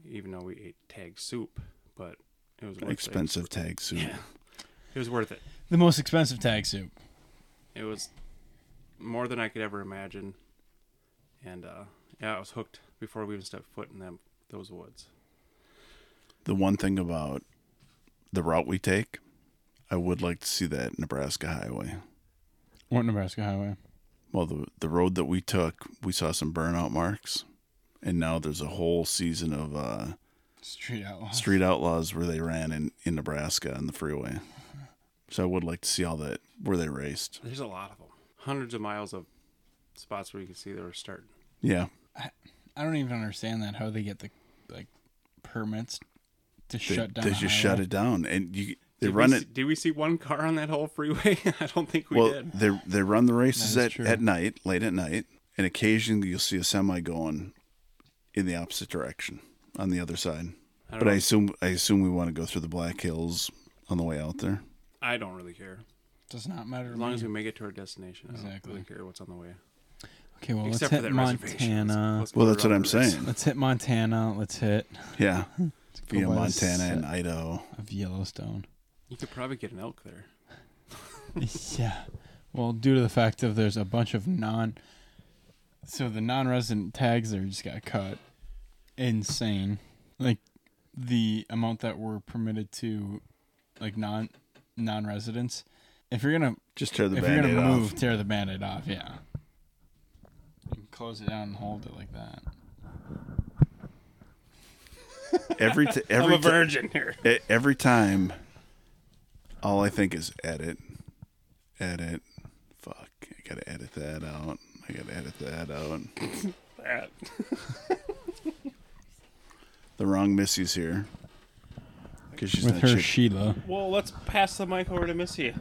Speaker 2: even though we ate tag soup, but it was worth
Speaker 1: Expensive tag soup.
Speaker 2: It. It was worth it.
Speaker 3: The most expensive tag soup.
Speaker 2: It was more than I could ever imagine, and uh, yeah, I was hooked before we even stepped foot in them those woods.
Speaker 1: The one thing about the route we take, I would like to see that Nebraska highway.
Speaker 3: What Nebraska highway?
Speaker 1: Well, the the road that we took, we saw some burnout marks, and now there's a whole season of uh,
Speaker 3: Street outlaw.
Speaker 1: street outlaws where they ran in in Nebraska on the freeway. So I would like to see all that where they raced.
Speaker 2: There's a lot of them, hundreds of miles of spots where you can see they were starting.
Speaker 1: Yeah,
Speaker 3: I don't even understand that how they get the like permits to
Speaker 1: they,
Speaker 3: shut down.
Speaker 1: they
Speaker 3: a
Speaker 1: just
Speaker 3: highway.
Speaker 1: shut it down, and you they
Speaker 2: Did we
Speaker 1: run
Speaker 2: see-
Speaker 1: it.
Speaker 2: did we see one car on that whole freeway? [laughs] I don't think we
Speaker 1: well,
Speaker 2: did.
Speaker 1: they they run the races
Speaker 3: That is
Speaker 1: at,
Speaker 3: true.
Speaker 1: at night, late at night, and occasionally you'll see a semi going in the opposite direction on the other side.
Speaker 2: I don't
Speaker 1: But I
Speaker 2: know.
Speaker 1: assume I assume we want to go through the Black Hills on the way out there.
Speaker 2: I don't really care.
Speaker 3: Does not matter.
Speaker 2: As long as we make it to our destination, I don't
Speaker 3: Exactly.
Speaker 2: really care what's on the way.
Speaker 3: okay, well, let's
Speaker 2: Except for
Speaker 3: hit
Speaker 2: that reservation. Let's-
Speaker 3: Montana.
Speaker 2: let's go
Speaker 1: Well, that's what
Speaker 2: around
Speaker 1: I'm
Speaker 2: the rest.
Speaker 1: saying.
Speaker 3: Let's hit Montana. Let's hit [laughs]
Speaker 1: Yeah, via
Speaker 3: by the
Speaker 1: Montana
Speaker 3: set.
Speaker 1: and Idaho.
Speaker 3: of Yellowstone. [laughs]
Speaker 2: You could probably get an elk there.
Speaker 3: yeah. Well, due to the fact of there's a bunch of non, so the non-resident tags there just got cut, insane. Like the amount that were permitted to, like non, non-residents. If you're gonna
Speaker 1: Just tear the
Speaker 3: if you're
Speaker 1: band
Speaker 3: gonna move,
Speaker 1: off.
Speaker 3: tear the band-aid off. Yeah. And close it down and hold it like that.
Speaker 1: Every
Speaker 3: [laughs]
Speaker 1: t- every ti-
Speaker 2: virgin here.
Speaker 1: e- every time, all I think is edit, edit. Fuck, I gotta edit that out. I gotta edit that out.
Speaker 2: That.
Speaker 1: The wrong Missy's here because she's
Speaker 3: With
Speaker 1: not
Speaker 3: her
Speaker 1: shit-
Speaker 3: Sheila.
Speaker 2: Well, let's pass the mic over to Missy.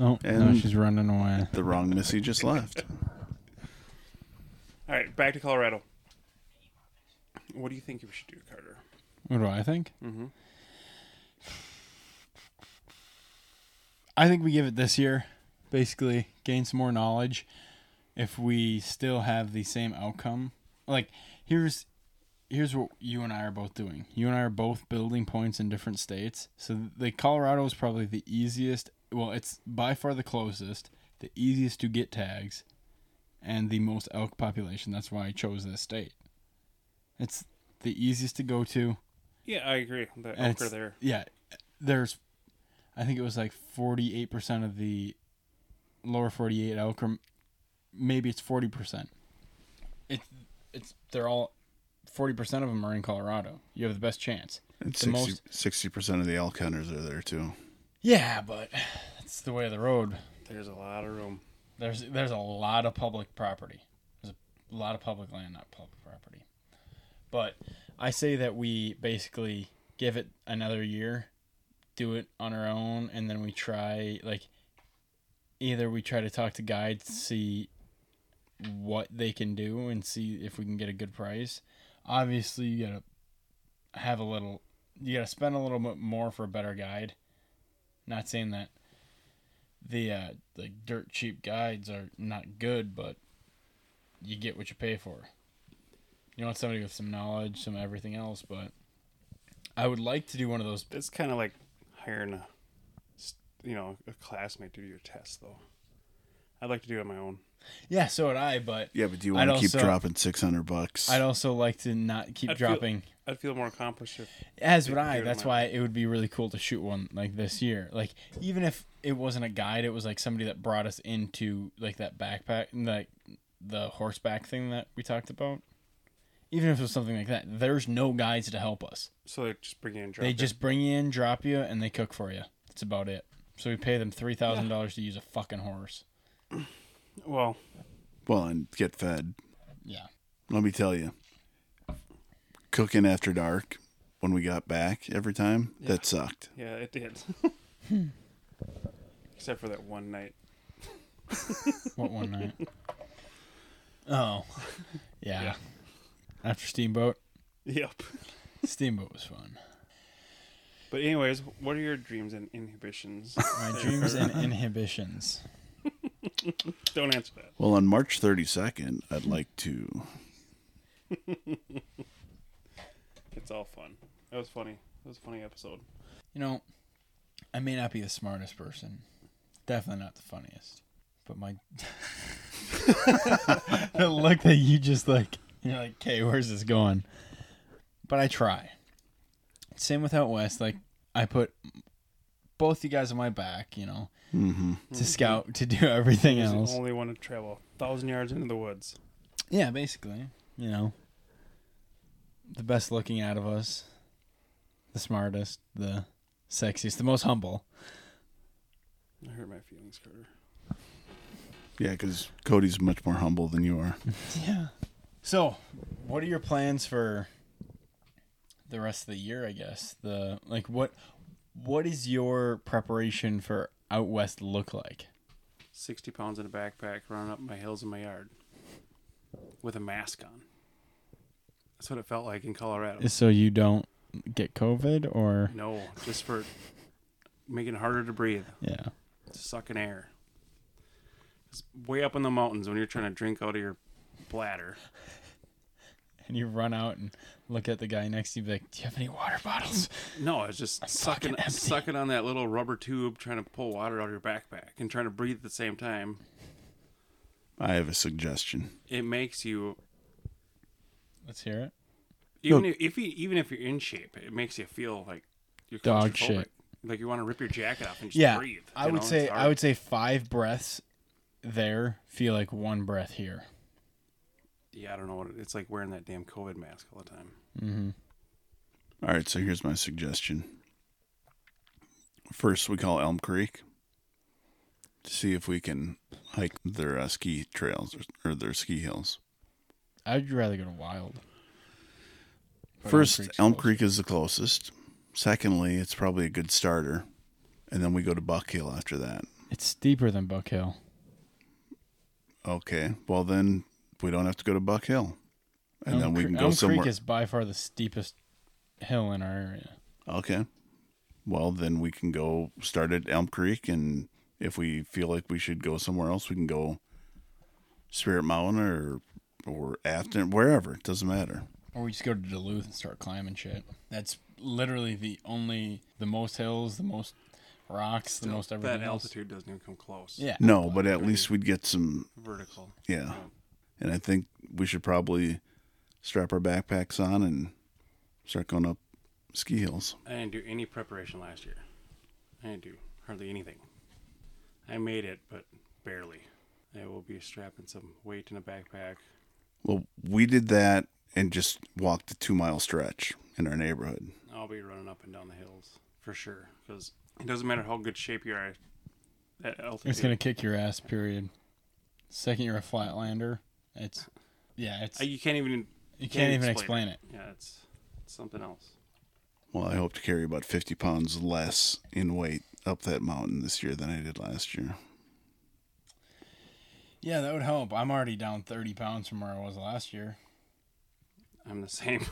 Speaker 3: Oh,
Speaker 1: And-
Speaker 3: no, she's running away.
Speaker 1: the wrong Missy just
Speaker 3: [laughs]
Speaker 1: left.
Speaker 2: All right, back to Colorado. What do you think we should do, Carter?
Speaker 3: What do I think? Mm-hmm. I think we give it this year. Basically, gain some more knowledge. If we still have the same outcome, like here's here's what you and I are both doing. You and I are both building points in different states. So the Colorado is probably the easiest. Well, it's by far the closest, the easiest to get tags, and the most elk population. That's why I chose this state. It's the easiest to go to.
Speaker 2: Yeah, I agree. The
Speaker 3: And
Speaker 2: elk are
Speaker 3: it's-
Speaker 2: there.
Speaker 3: Yeah, there's, I think it was like forty eight percent of the lower forty eight elk, or maybe it's forty percent. It's it's they're all forty percent of them are in Colorado. You have the best chance.
Speaker 1: And
Speaker 3: the most
Speaker 1: 60 percent of the elk hunters are there too.
Speaker 3: yeah, but it's the way of the road.
Speaker 2: There's a lot of room.
Speaker 3: There's there's a lot of public property. There's a lot of public land, not public property. But I say that we basically give it another year, do it on our own, and then we try like either we try to talk to guides to see what they can do and see if we can get a good price. Obviously, you gotta have a little. You gotta spend a little bit more for a better guide. Not saying that the uh, like dirt cheap guides are not good, but you get what you pay for. You want somebody with some knowledge, some everything else, but I would like to do one of those.
Speaker 2: It's kind of like hiring a, s- you know, a classmate to do your test, though. I'd like to do it on my own.
Speaker 3: Yeah, so would I, but
Speaker 1: Yeah, but do you
Speaker 3: I'd
Speaker 1: want to keep
Speaker 3: also-
Speaker 1: dropping 600 bucks?
Speaker 3: I'd also like to not keep
Speaker 2: I'd feel-
Speaker 3: dropping.
Speaker 2: I'd feel more accomplished if
Speaker 3: As would
Speaker 2: do it
Speaker 3: I.
Speaker 2: on
Speaker 3: That's
Speaker 2: my
Speaker 3: why it would be really cool to shoot one like this year. Like even if it wasn't a guide, it was like somebody that brought us into like that backpack, like the horseback thing that we talked about. Even if it was something like that, there's no guides to help us.
Speaker 2: so they just bring you in. drop
Speaker 3: They
Speaker 2: it.
Speaker 3: just bring you in, drop you, and they cook for you. That's about it. So we pay them three thousand dollars to use a fucking horse.
Speaker 2: well,
Speaker 1: well, and get fed.
Speaker 3: Yeah.
Speaker 1: Let me tell you, cooking after dark when we got back every time that sucked.
Speaker 2: yeah, it did. [laughs] Except for that one night.
Speaker 3: What one night? [laughs] Oh, yeah. After Steamboat,
Speaker 2: Yep.
Speaker 3: Steamboat was fun.
Speaker 2: But anyways, what are your dreams and inhibitions?
Speaker 3: [laughs] My
Speaker 2: [laughs]
Speaker 3: dreams and inhibitions.
Speaker 2: Don't answer that.
Speaker 1: Well, on March 32nd, I'd like to.
Speaker 2: It's all fun. That was funny. That was a funny episode.
Speaker 3: You know, I may not be the smartest person, definitely not the funniest, but my [laughs] the look that you just like you're like, okay, where's this going? But I try. Same with Out West. Like I put both you guys on my back, you know,
Speaker 1: Mm-hmm.
Speaker 2: Mm-hmm.
Speaker 3: to scout to do everything
Speaker 2: Hmm. He's
Speaker 3: else.
Speaker 2: the only one to travel a thousand yards into the woods.
Speaker 3: Yeah, basically. You know, the best looking out of us, the smartest, the sexiest, the most humble.
Speaker 2: I hurt my feelings, Carter.
Speaker 1: Yeah, because Cody's much more humble than you are.
Speaker 3: Yeah. So, what are your plans for the rest of the year? I guess the like what what is your preparation for out west look like?
Speaker 2: Sixty pounds in a backpack, running up my hills in my yard with a mask on. That's what it felt like in Colorado.
Speaker 3: so you don't get COVID or
Speaker 2: no, just for making it harder to breathe,
Speaker 3: yeah.
Speaker 2: sucking air. It's way up in the mountains when you're trying to drink out of your bladder.
Speaker 3: And you run out and look at the guy next to you, be like, "Do you have any water bottles?" [laughs]
Speaker 2: No, it's just sucking,
Speaker 3: fucking empty.
Speaker 2: sucking on that little rubber tube, trying to pull water out of your backpack and trying to breathe at the same time.
Speaker 1: I have a suggestion.
Speaker 2: It makes you
Speaker 3: Let's hear it.
Speaker 2: even if, if you, even if you're in shape, it makes you feel like you're
Speaker 3: Dog
Speaker 2: claustrophobic.
Speaker 3: shit.
Speaker 2: Like you want to rip your jacket off and just
Speaker 3: Yeah,
Speaker 2: breathe.
Speaker 3: I
Speaker 2: you know?
Speaker 3: would
Speaker 2: It's
Speaker 3: say I
Speaker 2: hard.
Speaker 3: would say five breaths there feel like one breath here.
Speaker 2: Yeah, I don't know what it, it's like wearing that damn COVID mask all the time.
Speaker 1: All right, so here's my suggestion. First, we call Elm Creek to see if we can hike their uh, ski trails or, or their ski hills.
Speaker 3: I'd rather go to Wild. But
Speaker 1: First,
Speaker 3: Creek's
Speaker 1: Elm
Speaker 3: close.
Speaker 1: Creek is the closest. Secondly, it's probably a good starter. And then we go to Buck Hill after that.
Speaker 3: It's steeper than Buck Hill.
Speaker 1: Okay, well, then we don't have to go to Buck Hill. And then we
Speaker 3: Cre-
Speaker 1: can go
Speaker 3: Elm
Speaker 1: somewhere.
Speaker 3: Creek is by far the steepest hill in our area.
Speaker 1: Okay. Well, then we can go start at Elm Creek, and if we feel like we should go somewhere else, we can go Spirit Mountain or or Afton, wherever. It doesn't matter.
Speaker 3: Or we just go to Duluth and start climbing shit. That's literally the only, the most hills, the most rocks, the most everything
Speaker 2: that
Speaker 3: else.
Speaker 2: altitude doesn't even come close.
Speaker 3: Yeah.
Speaker 1: No, but at least we'd get some.
Speaker 2: Vertical.
Speaker 1: Yeah. And I think we should probably strap our backpacks on and start going up ski hills.
Speaker 2: I didn't do any preparation last year. I didn't do hardly anything. I made it, but barely. I will be strapping some weight in a backpack.
Speaker 1: Well, we did that and just walked a two mile stretch in our neighborhood.
Speaker 2: I'll be running up and down the hills for sure. Because it doesn't matter how good shape you are at altitude.
Speaker 3: It's gonna kick your ass. Period. Second, you're a flatlander. It's yeah. It's
Speaker 2: I-
Speaker 3: you
Speaker 2: Uh, you can't even.
Speaker 3: can't, even explain it.
Speaker 2: Yeah, it's, it's something else.
Speaker 1: Well, I hope to carry about 50 pounds less in weight up that mountain this year than I did last year.
Speaker 3: Yeah, that would help. I'm already down 30 pounds from where I was last year.
Speaker 2: I'm the same.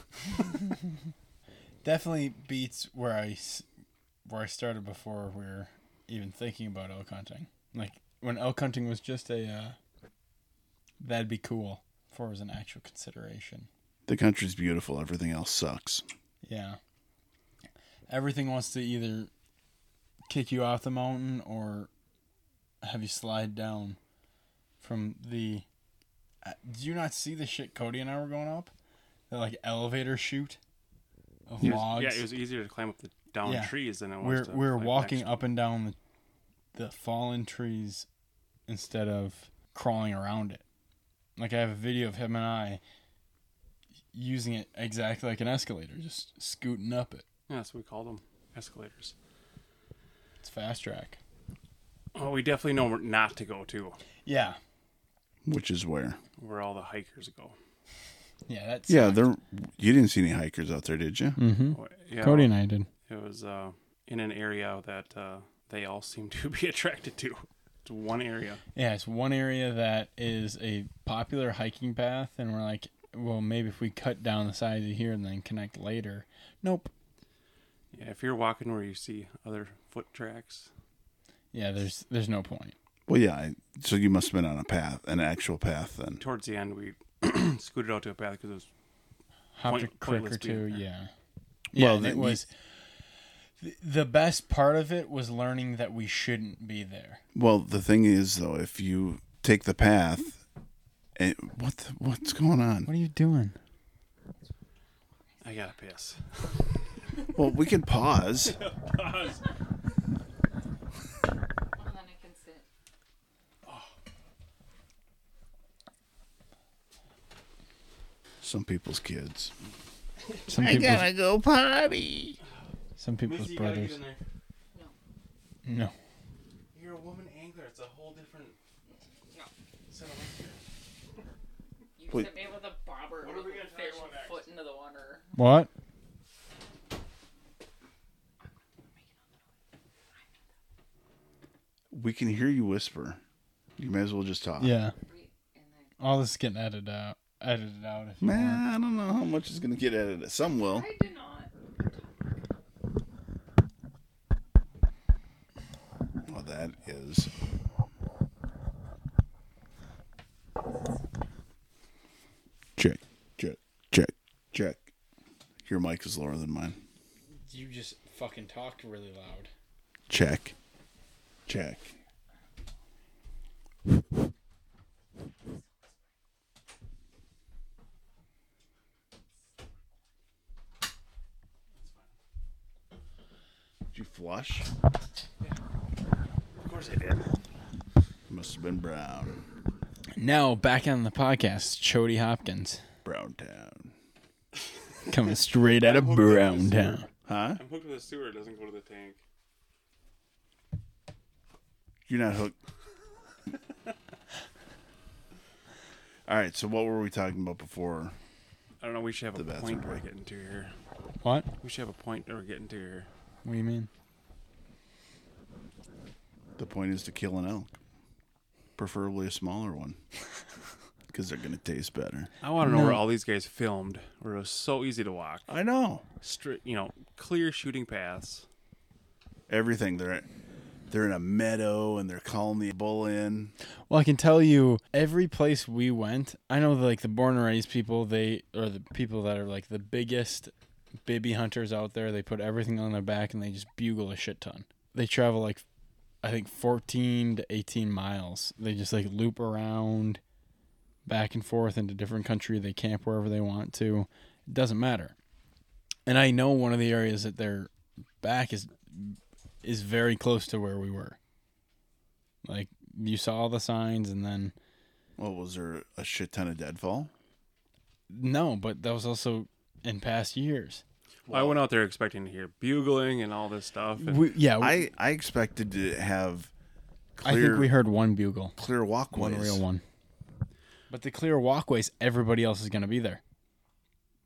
Speaker 2: [laughs]
Speaker 3: Definitely beats where I s- where I started before we were even thinking about elk hunting. Like when elk hunting was just a uh, that'd be cool before it was an actual consideration.
Speaker 1: The country's beautiful, everything else sucks.
Speaker 3: Yeah. Everything wants to either kick you off the mountain or have you slide down from the. Uh, do you not see the shit Cody and I were going up? The like elevator chute of
Speaker 2: It was-
Speaker 3: logs.
Speaker 2: yeah, it was easier to climb up the down
Speaker 3: Yeah.
Speaker 2: trees than it was.
Speaker 3: we're
Speaker 2: to
Speaker 3: we're
Speaker 2: climb
Speaker 3: walking
Speaker 2: next-
Speaker 3: up and down the, the fallen trees instead of crawling around it. Like I have a video of him and I using it exactly like an escalator, just scooting up it.
Speaker 2: Yeah, that's what we called them escalators.
Speaker 3: It's fast track.
Speaker 2: Oh, we definitely know where not to go to.
Speaker 3: Yeah.
Speaker 1: Which is where?
Speaker 2: Where all the hikers go.
Speaker 3: Yeah, that's
Speaker 1: Yeah, there. You didn't see any hikers out there, did you?
Speaker 2: Wh- Yeah,
Speaker 3: Cody and I did.
Speaker 2: It was uh, in an area that uh, they all [laughs] seem to be attracted to. It's one area.
Speaker 3: Yeah, it's one area that is a popular hiking path and we're like, well, maybe if we cut down the size of here and then connect later. Nope.
Speaker 2: Yeah, if you're walking where you see other foot tracks,
Speaker 3: Yeah, there's there's no point.
Speaker 1: Well, yeah. I, so you must have been on a path, an actual path then.
Speaker 2: towards the end we [clears throat] scooted out to a path because it was
Speaker 3: Hopped
Speaker 2: Point-
Speaker 3: a crick
Speaker 2: pointless
Speaker 3: or two,
Speaker 2: being there.
Speaker 3: yeah.
Speaker 1: Well,
Speaker 3: Yeah, and
Speaker 1: then
Speaker 3: it
Speaker 1: you-
Speaker 3: was th- the best part of it was learning that we shouldn't be there.
Speaker 1: Well, the thing is, though, if you take the path, and what the, what's going on?
Speaker 3: What are you doing?
Speaker 2: I gotta piss.
Speaker 1: Well, we [laughs] can pause.
Speaker 5: Well, then I can sit.
Speaker 1: Some people's kids.
Speaker 3: Some people's,
Speaker 1: go potty.
Speaker 3: some people's brothers.
Speaker 2: there.
Speaker 3: No.
Speaker 2: You're a woman angler. It's a whole different.
Speaker 5: You
Speaker 1: Wait.
Speaker 5: should be able to bobber
Speaker 2: What are we gonna
Speaker 5: with
Speaker 2: talk
Speaker 5: fish
Speaker 2: about next?
Speaker 5: foot into the water.
Speaker 3: What?
Speaker 1: We can hear you whisper. You may as well just talk.
Speaker 3: Yeah.
Speaker 5: And then
Speaker 3: All this is getting edited out. edit it out if you want.
Speaker 1: Man, I don't know how much is gonna get edited. Some
Speaker 3: Oh.
Speaker 1: will.
Speaker 5: I did not.
Speaker 1: Well, that is. Check, check, check, check. Your mic is lower than mine.
Speaker 3: You just fucking talked really loud.
Speaker 1: Check, check. Did you flush?
Speaker 2: Of course I did.
Speaker 1: Must have been brown.
Speaker 3: Now back on the podcast, Chody Hopkins
Speaker 1: Brown Town.
Speaker 3: coming straight out of [laughs] Brown Town.
Speaker 1: Huh?
Speaker 2: I'm hooked with a sewer. It doesn't go to the tank.
Speaker 1: You're not hooked. [laughs] All right, so what were we talking about before?
Speaker 2: I don't know. We should have a
Speaker 1: The bathroom
Speaker 2: point we're
Speaker 1: break.
Speaker 2: getting to here.
Speaker 3: What?
Speaker 2: We should have a point that we're getting to here.
Speaker 3: What do you mean?
Speaker 1: The point is to kill an elk, preferably a smaller one, [laughs] because they're going to taste better.
Speaker 2: I want to know where all these guys filmed. Where it was so easy to walk.
Speaker 1: I know
Speaker 2: Straight, you know, clear shooting paths.
Speaker 1: everything. They're they're in a meadow and they're calling the bull in.
Speaker 3: Well, I can tell you every place we went, I know like the born and raised people, they or the people that are like the biggest baby hunters out there, they put everything on their back and they just bugle a shit ton. They travel like I think 14 to 18 miles. They just like loop around back and forth into different country. They camp wherever they want to. It doesn't matter. And I know one of the areas that they're back is is very close to where we were. Like you saw the signs and then
Speaker 1: Well, was there a shit ton of deadfall?
Speaker 3: no, but that was also in past years.
Speaker 2: I went out there expecting to hear bugling and all this stuff. And
Speaker 3: We, yeah, we, I,
Speaker 1: I I expected to have clear
Speaker 3: think we heard one bugle,
Speaker 1: clear walkways.
Speaker 3: one real one. But the clear walkways, everybody else is going to be there.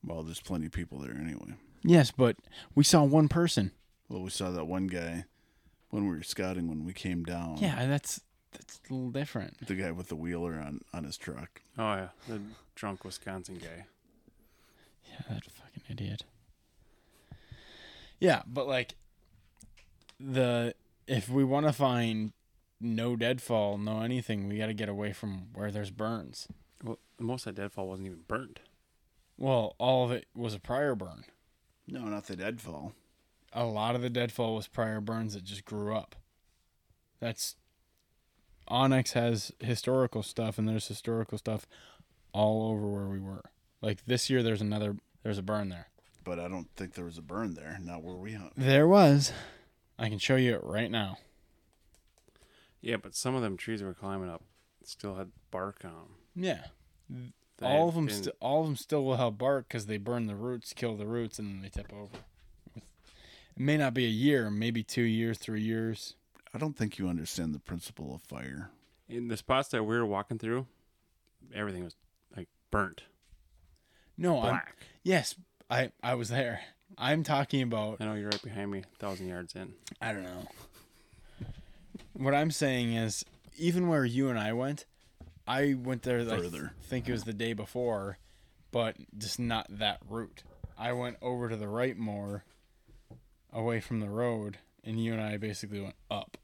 Speaker 1: Well, there's plenty of people there anyway.
Speaker 3: Yes, but we saw one person.
Speaker 1: Well, we saw that one guy when we were scouting when we came down.
Speaker 3: Yeah, that's that's a little different.
Speaker 1: the guy with the wheeler on on his truck.
Speaker 2: oh yeah, the drunk Wisconsin guy.
Speaker 3: Yeah, that fucking idiot. Yeah, but like the if we want to find no deadfall, no anything, we got to get away from where there's burns.
Speaker 2: Well, most of that deadfall wasn't even burnt.
Speaker 3: Well, all of it was a prior burn.
Speaker 1: No, not the deadfall.
Speaker 3: a lot of the deadfall was prior burns that just grew up. That's Onyx has historical stuff and there's historical stuff all over where we were. Like this year there's another there's a burn there.
Speaker 1: But I don't think there was a burn there. Not where we hunt.
Speaker 3: There was. I can show you it right now.
Speaker 2: Yeah, but some of them trees we were climbing up still had bark on 'em.
Speaker 3: Yeah.
Speaker 2: They
Speaker 3: all
Speaker 2: had
Speaker 3: of them
Speaker 2: been-
Speaker 3: sti- all of them still will have bark cuz they burn the roots, kill the roots and then they tip over. It may not be a year, maybe 2 years, 3 years.
Speaker 1: I don't think you understand the principle of fire.
Speaker 2: in the spots that we were walking through, everything was like burnt
Speaker 3: No, I'm,
Speaker 2: black.
Speaker 3: yes, I I was there. I'm talking about
Speaker 2: I know you're right behind me, thousand yards in.
Speaker 3: I don't know. what I'm saying is, even where you and I went, I went there. like, I
Speaker 1: Further.
Speaker 3: think it was the day before, but just not that route. I went over to the right more, away from the road, and you and I basically went up.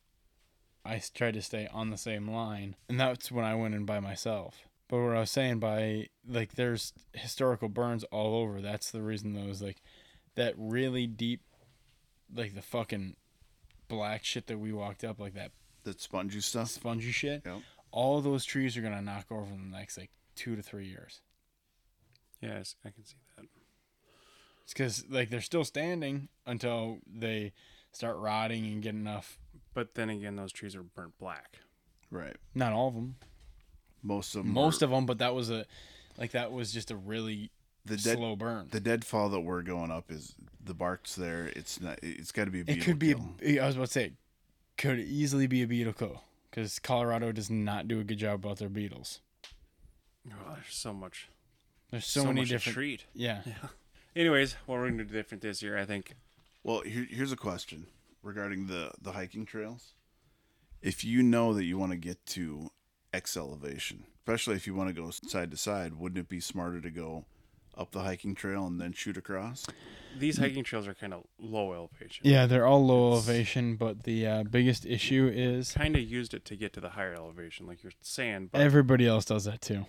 Speaker 3: I s- tried to stay on the same line, and that's when I went in by myself. But what I was saying by like, there's historical burns all over. That's the reason those like that really deep, like the fucking black shit that we walked up, like that
Speaker 1: That spongy stuff.
Speaker 3: spongy shit.
Speaker 1: Yep.
Speaker 3: All those trees are gonna knock over in the next like two to three years.
Speaker 2: Yes, I can see that.
Speaker 3: It's because like they're still standing until they start rotting and get enough.
Speaker 2: But then again, those trees are burnt black.
Speaker 1: Right.
Speaker 3: Not all of them,
Speaker 1: Most of them
Speaker 3: most of them, but that was a like that was just a really
Speaker 1: the dead
Speaker 3: slow burn.
Speaker 1: the deadfall that we're going up is the bark's there. It's not. It's got to be. A
Speaker 3: it
Speaker 1: beetle
Speaker 3: could be.
Speaker 1: kill.
Speaker 3: A, I was about to say, it could easily be a beetle kill because Colorado does not do a good job about their beetles.
Speaker 2: Oh, there's so much,
Speaker 3: There's so,
Speaker 2: so,
Speaker 3: many
Speaker 2: much
Speaker 3: different.
Speaker 2: to treat.
Speaker 3: Yeah.
Speaker 2: Anyways, what we're gonna do different this year, I think.
Speaker 1: Well, here, here's a question regarding the the hiking trails. If you know that you want to get to X elevation. Especially if you want to go side to side, wouldn't it be smarter to go up the hiking trail and then shoot across?
Speaker 2: These hiking trails are kind of low elevation.
Speaker 3: Yeah, they're all low elevation, but the uh, biggest issue is
Speaker 2: Kind of used it to get to the higher elevation, like you're saying, but
Speaker 3: everybody else does that too.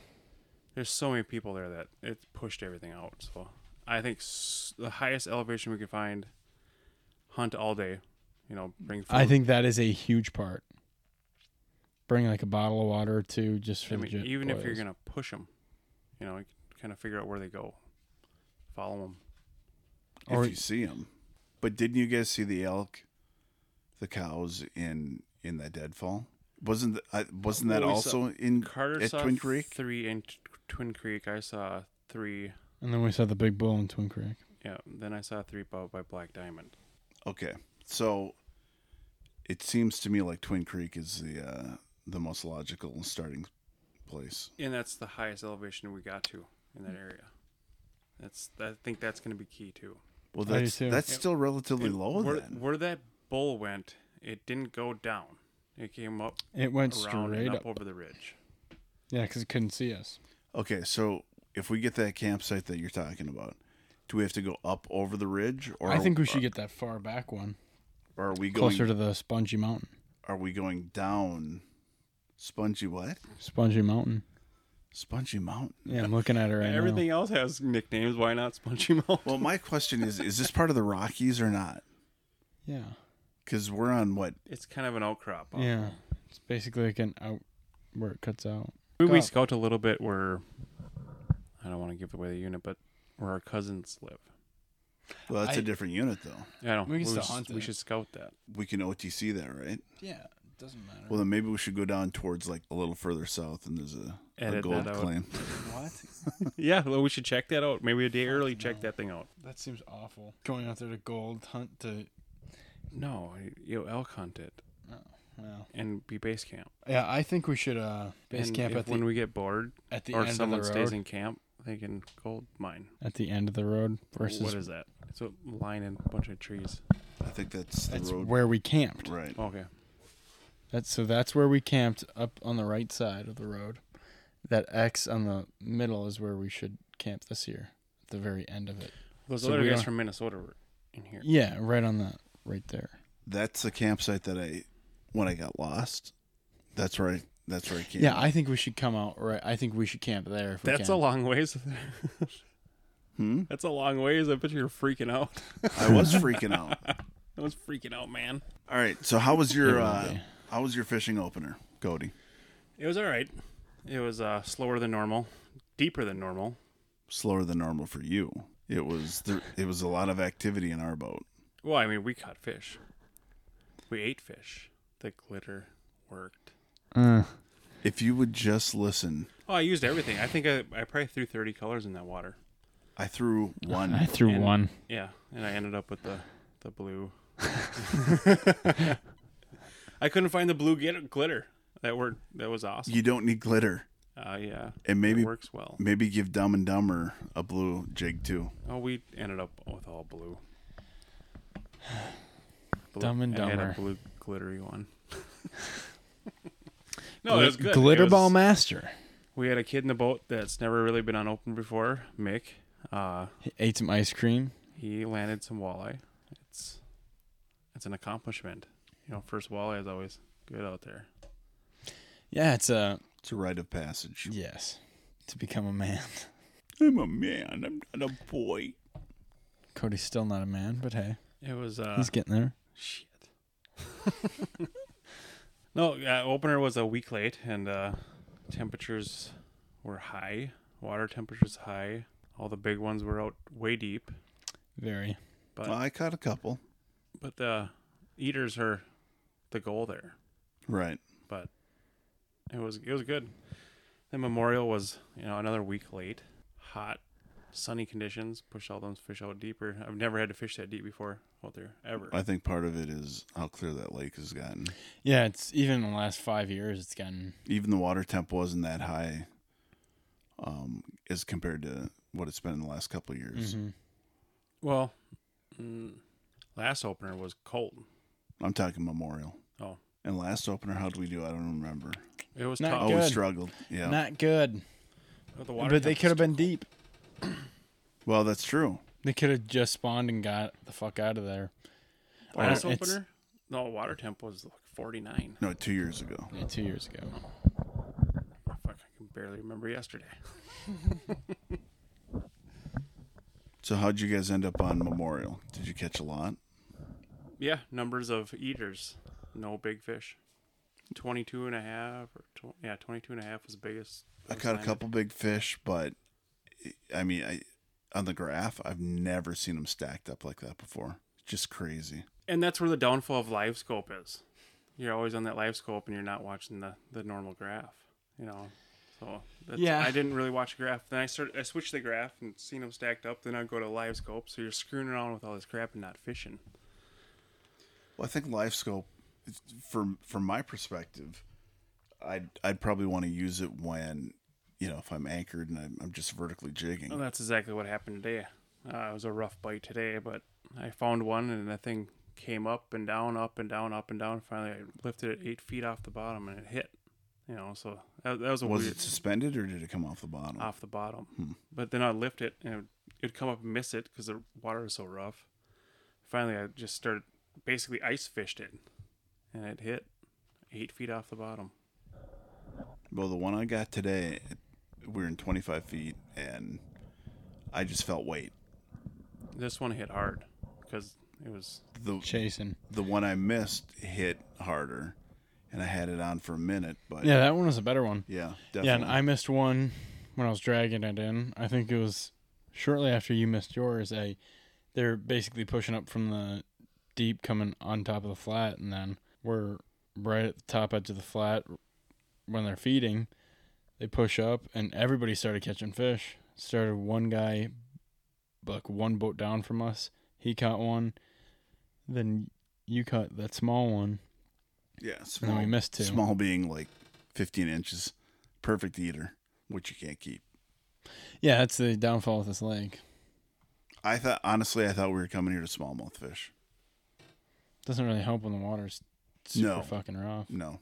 Speaker 2: there's so many people there that it pushed everything out. So I think s- the highest elevation we could find, hunt all day, you know, bring food.
Speaker 3: I think that is a huge part. Bring like a bottle of water or two just for
Speaker 2: I
Speaker 3: the
Speaker 2: mean,
Speaker 3: jet
Speaker 2: even if you're
Speaker 3: boils.
Speaker 2: gonna push them, you know, kind of figure out where they go, follow them.
Speaker 3: Or-
Speaker 1: if you see them. But didn't you guys see the elk, the cows in in that deadfall? Wasn't th- I, wasn't that
Speaker 2: Well, we saw-
Speaker 1: also in
Speaker 2: Carter
Speaker 1: at
Speaker 2: saw
Speaker 1: Twin Creek?
Speaker 2: three in T- Twin Creek. I saw three.
Speaker 3: and then we saw the big bull in Twin Creek.
Speaker 2: Yeah, then I saw three by, by Black Diamond.
Speaker 1: Okay, so it seems to me like Twin Creek is the uh, the most logical starting place.
Speaker 2: and that's the highest elevation we got to in that area. That's I think that's going to be key too.
Speaker 1: Well,
Speaker 3: do
Speaker 1: that's
Speaker 3: too.
Speaker 1: that's still relatively low
Speaker 2: Where,
Speaker 1: then.
Speaker 2: where that bull went, it didn't go down. It came up
Speaker 3: It went
Speaker 2: around
Speaker 3: straight
Speaker 2: and up,
Speaker 3: up.
Speaker 2: over the ridge.
Speaker 3: Yeah, because it couldn't see us.
Speaker 1: Okay, so if we get that campsite that you're talking about, do we have to go up over the ridge, or
Speaker 3: I think we should get that far back one,
Speaker 1: Or are we going?
Speaker 3: closer to the Spongy Mountain.
Speaker 1: are we going down? Spongy what?
Speaker 3: Spongy Mountain.
Speaker 1: Spongy Mountain.
Speaker 3: Yeah, I'm looking at it right
Speaker 2: Everything else has nicknames. Why not Spongy Mountain?
Speaker 1: Well, my question is: Is this part of the Rockies or not?
Speaker 3: now. Yeah.
Speaker 1: Because we're on what?
Speaker 2: it's kind of an outcrop. huh?
Speaker 3: Yeah, it's basically like an out where it cuts out.
Speaker 2: We, we
Speaker 3: Up.
Speaker 2: scout a little bit where I don't want to give away the unit, but where our cousins live.
Speaker 1: Well, that's a
Speaker 3: I-
Speaker 1: different unit, though.
Speaker 2: I don't.
Speaker 3: We can still
Speaker 2: s-
Speaker 3: hunt
Speaker 2: we
Speaker 3: it.
Speaker 2: should scout that.
Speaker 1: We can OTC that, right?
Speaker 3: Yeah, it doesn't matter.
Speaker 1: Well, then maybe we should go down towards like a little further south, and there's a, a
Speaker 2: Edit
Speaker 1: gold
Speaker 2: that out.
Speaker 1: claim.
Speaker 3: What?
Speaker 2: [laughs] yeah, well, we should check that out. Maybe a day early. Check that thing out.
Speaker 3: That seems awful. Going out there to gold hunt to
Speaker 2: No, you elk hunt it
Speaker 3: well.
Speaker 2: and be base camp.
Speaker 3: Yeah, I think we should uh base
Speaker 2: And
Speaker 3: camp
Speaker 2: if
Speaker 3: at the
Speaker 2: when we get bored
Speaker 3: at the
Speaker 2: or
Speaker 3: end of the
Speaker 2: someone stays
Speaker 3: road.
Speaker 2: in camp, they can gold mine.
Speaker 3: At the end of the road versus
Speaker 2: what is that? It's a line and a bunch of trees.
Speaker 1: I think that's the
Speaker 3: that's
Speaker 1: road.
Speaker 3: where we camped.
Speaker 1: Right.
Speaker 2: Oh, Okay.
Speaker 3: That's so that's where we camped up on the right side of the road. That X on the middle is where we should camp this year. At the very end of it.
Speaker 2: Those
Speaker 3: So
Speaker 2: other
Speaker 3: we
Speaker 2: guys
Speaker 3: are-
Speaker 2: from Minnesota were in here.
Speaker 3: Yeah, right on that right there.
Speaker 1: That's the campsite that I, when I got lost, that's where I. That's where I came.
Speaker 3: Yeah, I think we should come out right. I think we should camp there. If
Speaker 2: That's
Speaker 3: we
Speaker 2: a
Speaker 3: can.
Speaker 2: long ways. [laughs] That's a long ways. I bet you're freaking out. [laughs]
Speaker 1: Hmm? I was freaking
Speaker 3: [laughs]
Speaker 1: out.
Speaker 2: I was freaking out, man.
Speaker 1: All right. So how was your
Speaker 3: Yeah,
Speaker 1: uh,
Speaker 3: okay.
Speaker 1: how was your fishing opener, Cody?
Speaker 2: It was all right. It was uh, slower than normal, deeper than normal.
Speaker 1: Slower than normal for you. It was there, it was a lot of activity in our boat.
Speaker 2: Well, I mean, we caught fish. We ate fish. The glitter worked.
Speaker 3: Uh,
Speaker 1: If you would just listen,
Speaker 2: Oh, I used everything. I think I, I probably threw 30 colors in that water.
Speaker 1: I
Speaker 3: [laughs]
Speaker 1: threw one.
Speaker 3: I threw
Speaker 2: And-
Speaker 3: one.
Speaker 2: Yeah, and I ended up with the
Speaker 1: [laughs]
Speaker 2: the blue. [laughs] I couldn't find the blue glit- glitter. That word that was awesome.
Speaker 1: you don't need glitter.
Speaker 2: Uh, yeah,
Speaker 1: And
Speaker 2: it
Speaker 1: maybe
Speaker 2: works well.
Speaker 1: maybe give Dumb and Dumber a blue jig too.
Speaker 2: Oh, we ended up with all
Speaker 1: [sighs]
Speaker 2: blue. blue.
Speaker 3: Dumb and
Speaker 2: I
Speaker 3: Dumber.
Speaker 2: had a blue
Speaker 1: [laughs]
Speaker 2: glittery one. no, it was Oh, good.
Speaker 3: Glitter
Speaker 2: It was-
Speaker 3: ball master.
Speaker 2: We had a kid in the boat that's never really been on open before, Mick. Uh,
Speaker 3: He ate some ice cream.
Speaker 2: he landed some walleye. It's it's an accomplishment. You know, first walleye is always good out there.
Speaker 3: Yeah, it's a
Speaker 1: It's a rite of passage.
Speaker 3: yes to become a man. [laughs]
Speaker 1: I'm a man. I'm not a boy.
Speaker 3: Cody's still not a man, but hey,
Speaker 2: It was uh
Speaker 3: he's getting there.
Speaker 2: shit. [laughs] no, uh, opener was a week late, and uh, temperatures were high. Water temperatures high. All the big ones were out way deep,
Speaker 3: Very.
Speaker 2: but
Speaker 1: Well, I caught a couple.
Speaker 2: but the eaters are the goal there.
Speaker 1: Right.
Speaker 2: But it was it was good. The memorial was you know another week late. Hot, sunny conditions pushed all those fish out deeper. I've never had to fish that deep before out there ever.
Speaker 1: I think part of it is how clear that lake has gotten.
Speaker 3: Yeah, it's even in the last five years, it's gotten
Speaker 1: Even the water temp wasn't that high, um, as compared to what it's been in the last couple of years.
Speaker 2: Well, mm, last opener was cold.
Speaker 1: Mm-hmm. I'm talking Memorial.
Speaker 2: Oh.
Speaker 1: And last opener, how did we do? I don't remember.
Speaker 2: It was
Speaker 3: Not
Speaker 2: tough.
Speaker 3: good.
Speaker 1: Always struggled. Yeah.
Speaker 3: Not good.
Speaker 2: The water
Speaker 3: But they
Speaker 2: temperature's
Speaker 3: could have been deep.
Speaker 1: well, that's true.
Speaker 3: They could have just spawned and got the fuck out of there. I
Speaker 2: Last
Speaker 3: don't- Oh, it's-
Speaker 2: opener? No, water temp was like 49.
Speaker 1: No, two years ago.
Speaker 3: Yeah, two years ago.
Speaker 2: Oh, fuck, I can barely remember yesterday.
Speaker 1: So how'd you guys end up on Memorial? Did you catch a lot?
Speaker 2: Yeah, numbers of eaters. No big fish. 22 and a half. Or tw- yeah, 22 and a half was the biggest.
Speaker 1: I caught a
Speaker 2: assignment.
Speaker 1: couple big fish, but I mean, I on the graph, I've never seen them stacked up like that before. Just crazy.
Speaker 2: And that's where the downfall of live scope is. You're always on that live scope and you're not watching the, the normal graph, you know. So that's,
Speaker 3: Yeah.
Speaker 2: I didn't really watch the graph. Then I started, I switched the graph and seen them stacked up. Then I'd go to live scope. So you're screwing around with all this crap and not fishing.
Speaker 1: Well, I think live scope, it's- from from my perspective, I'd I'd probably want to use it when, you know, if I'm anchored and I'm, I'm just vertically jigging.
Speaker 2: Well, Oh, that's exactly what happened today. Uh, it was a rough bite today, but I found one and that thing came up and down, up and down, up and down. Finally, I lifted it eight feet off the bottom and it hit. You know, so that, that was a
Speaker 1: was
Speaker 2: weird Ah.
Speaker 1: it suspended or did it come off the bottom?
Speaker 2: off the bottom.
Speaker 1: Hmm.
Speaker 2: But then I'd lift it and it would, it'd come up and miss it because the water was so rough. Finally, I just started basically ice fished it and it hit eight feet off the bottom.
Speaker 1: Well, the one I got today, we were in 25 feet, and I just felt weight.
Speaker 2: This one hit hard because it was
Speaker 1: The
Speaker 3: Chasing.
Speaker 1: the one I missed hit harder, and I had it on for a minute, but
Speaker 3: Yeah, that one was a better one.
Speaker 1: yeah,
Speaker 3: Yeah, and
Speaker 1: definitely.
Speaker 3: I missed one when I was dragging it in. I think it was shortly after you missed yours. I they're basically pushing up from the deep, coming on top of the flat, and then we're right at the top edge of the flat when they're feeding. They push up, and everybody started catching fish. Started one guy, like one boat down from us. He caught one. Then you caught that small one,
Speaker 1: yeah,
Speaker 3: and
Speaker 1: small,
Speaker 3: then we missed two.
Speaker 1: small being like 15 inches, perfect eater, which you can't keep.
Speaker 3: Yeah, that's the downfall with this lake.
Speaker 1: I thought honestly, I thought we were coming here to smallmouth fish.
Speaker 3: Doesn't really help when the water's super
Speaker 1: No.
Speaker 3: fucking rough.
Speaker 1: No,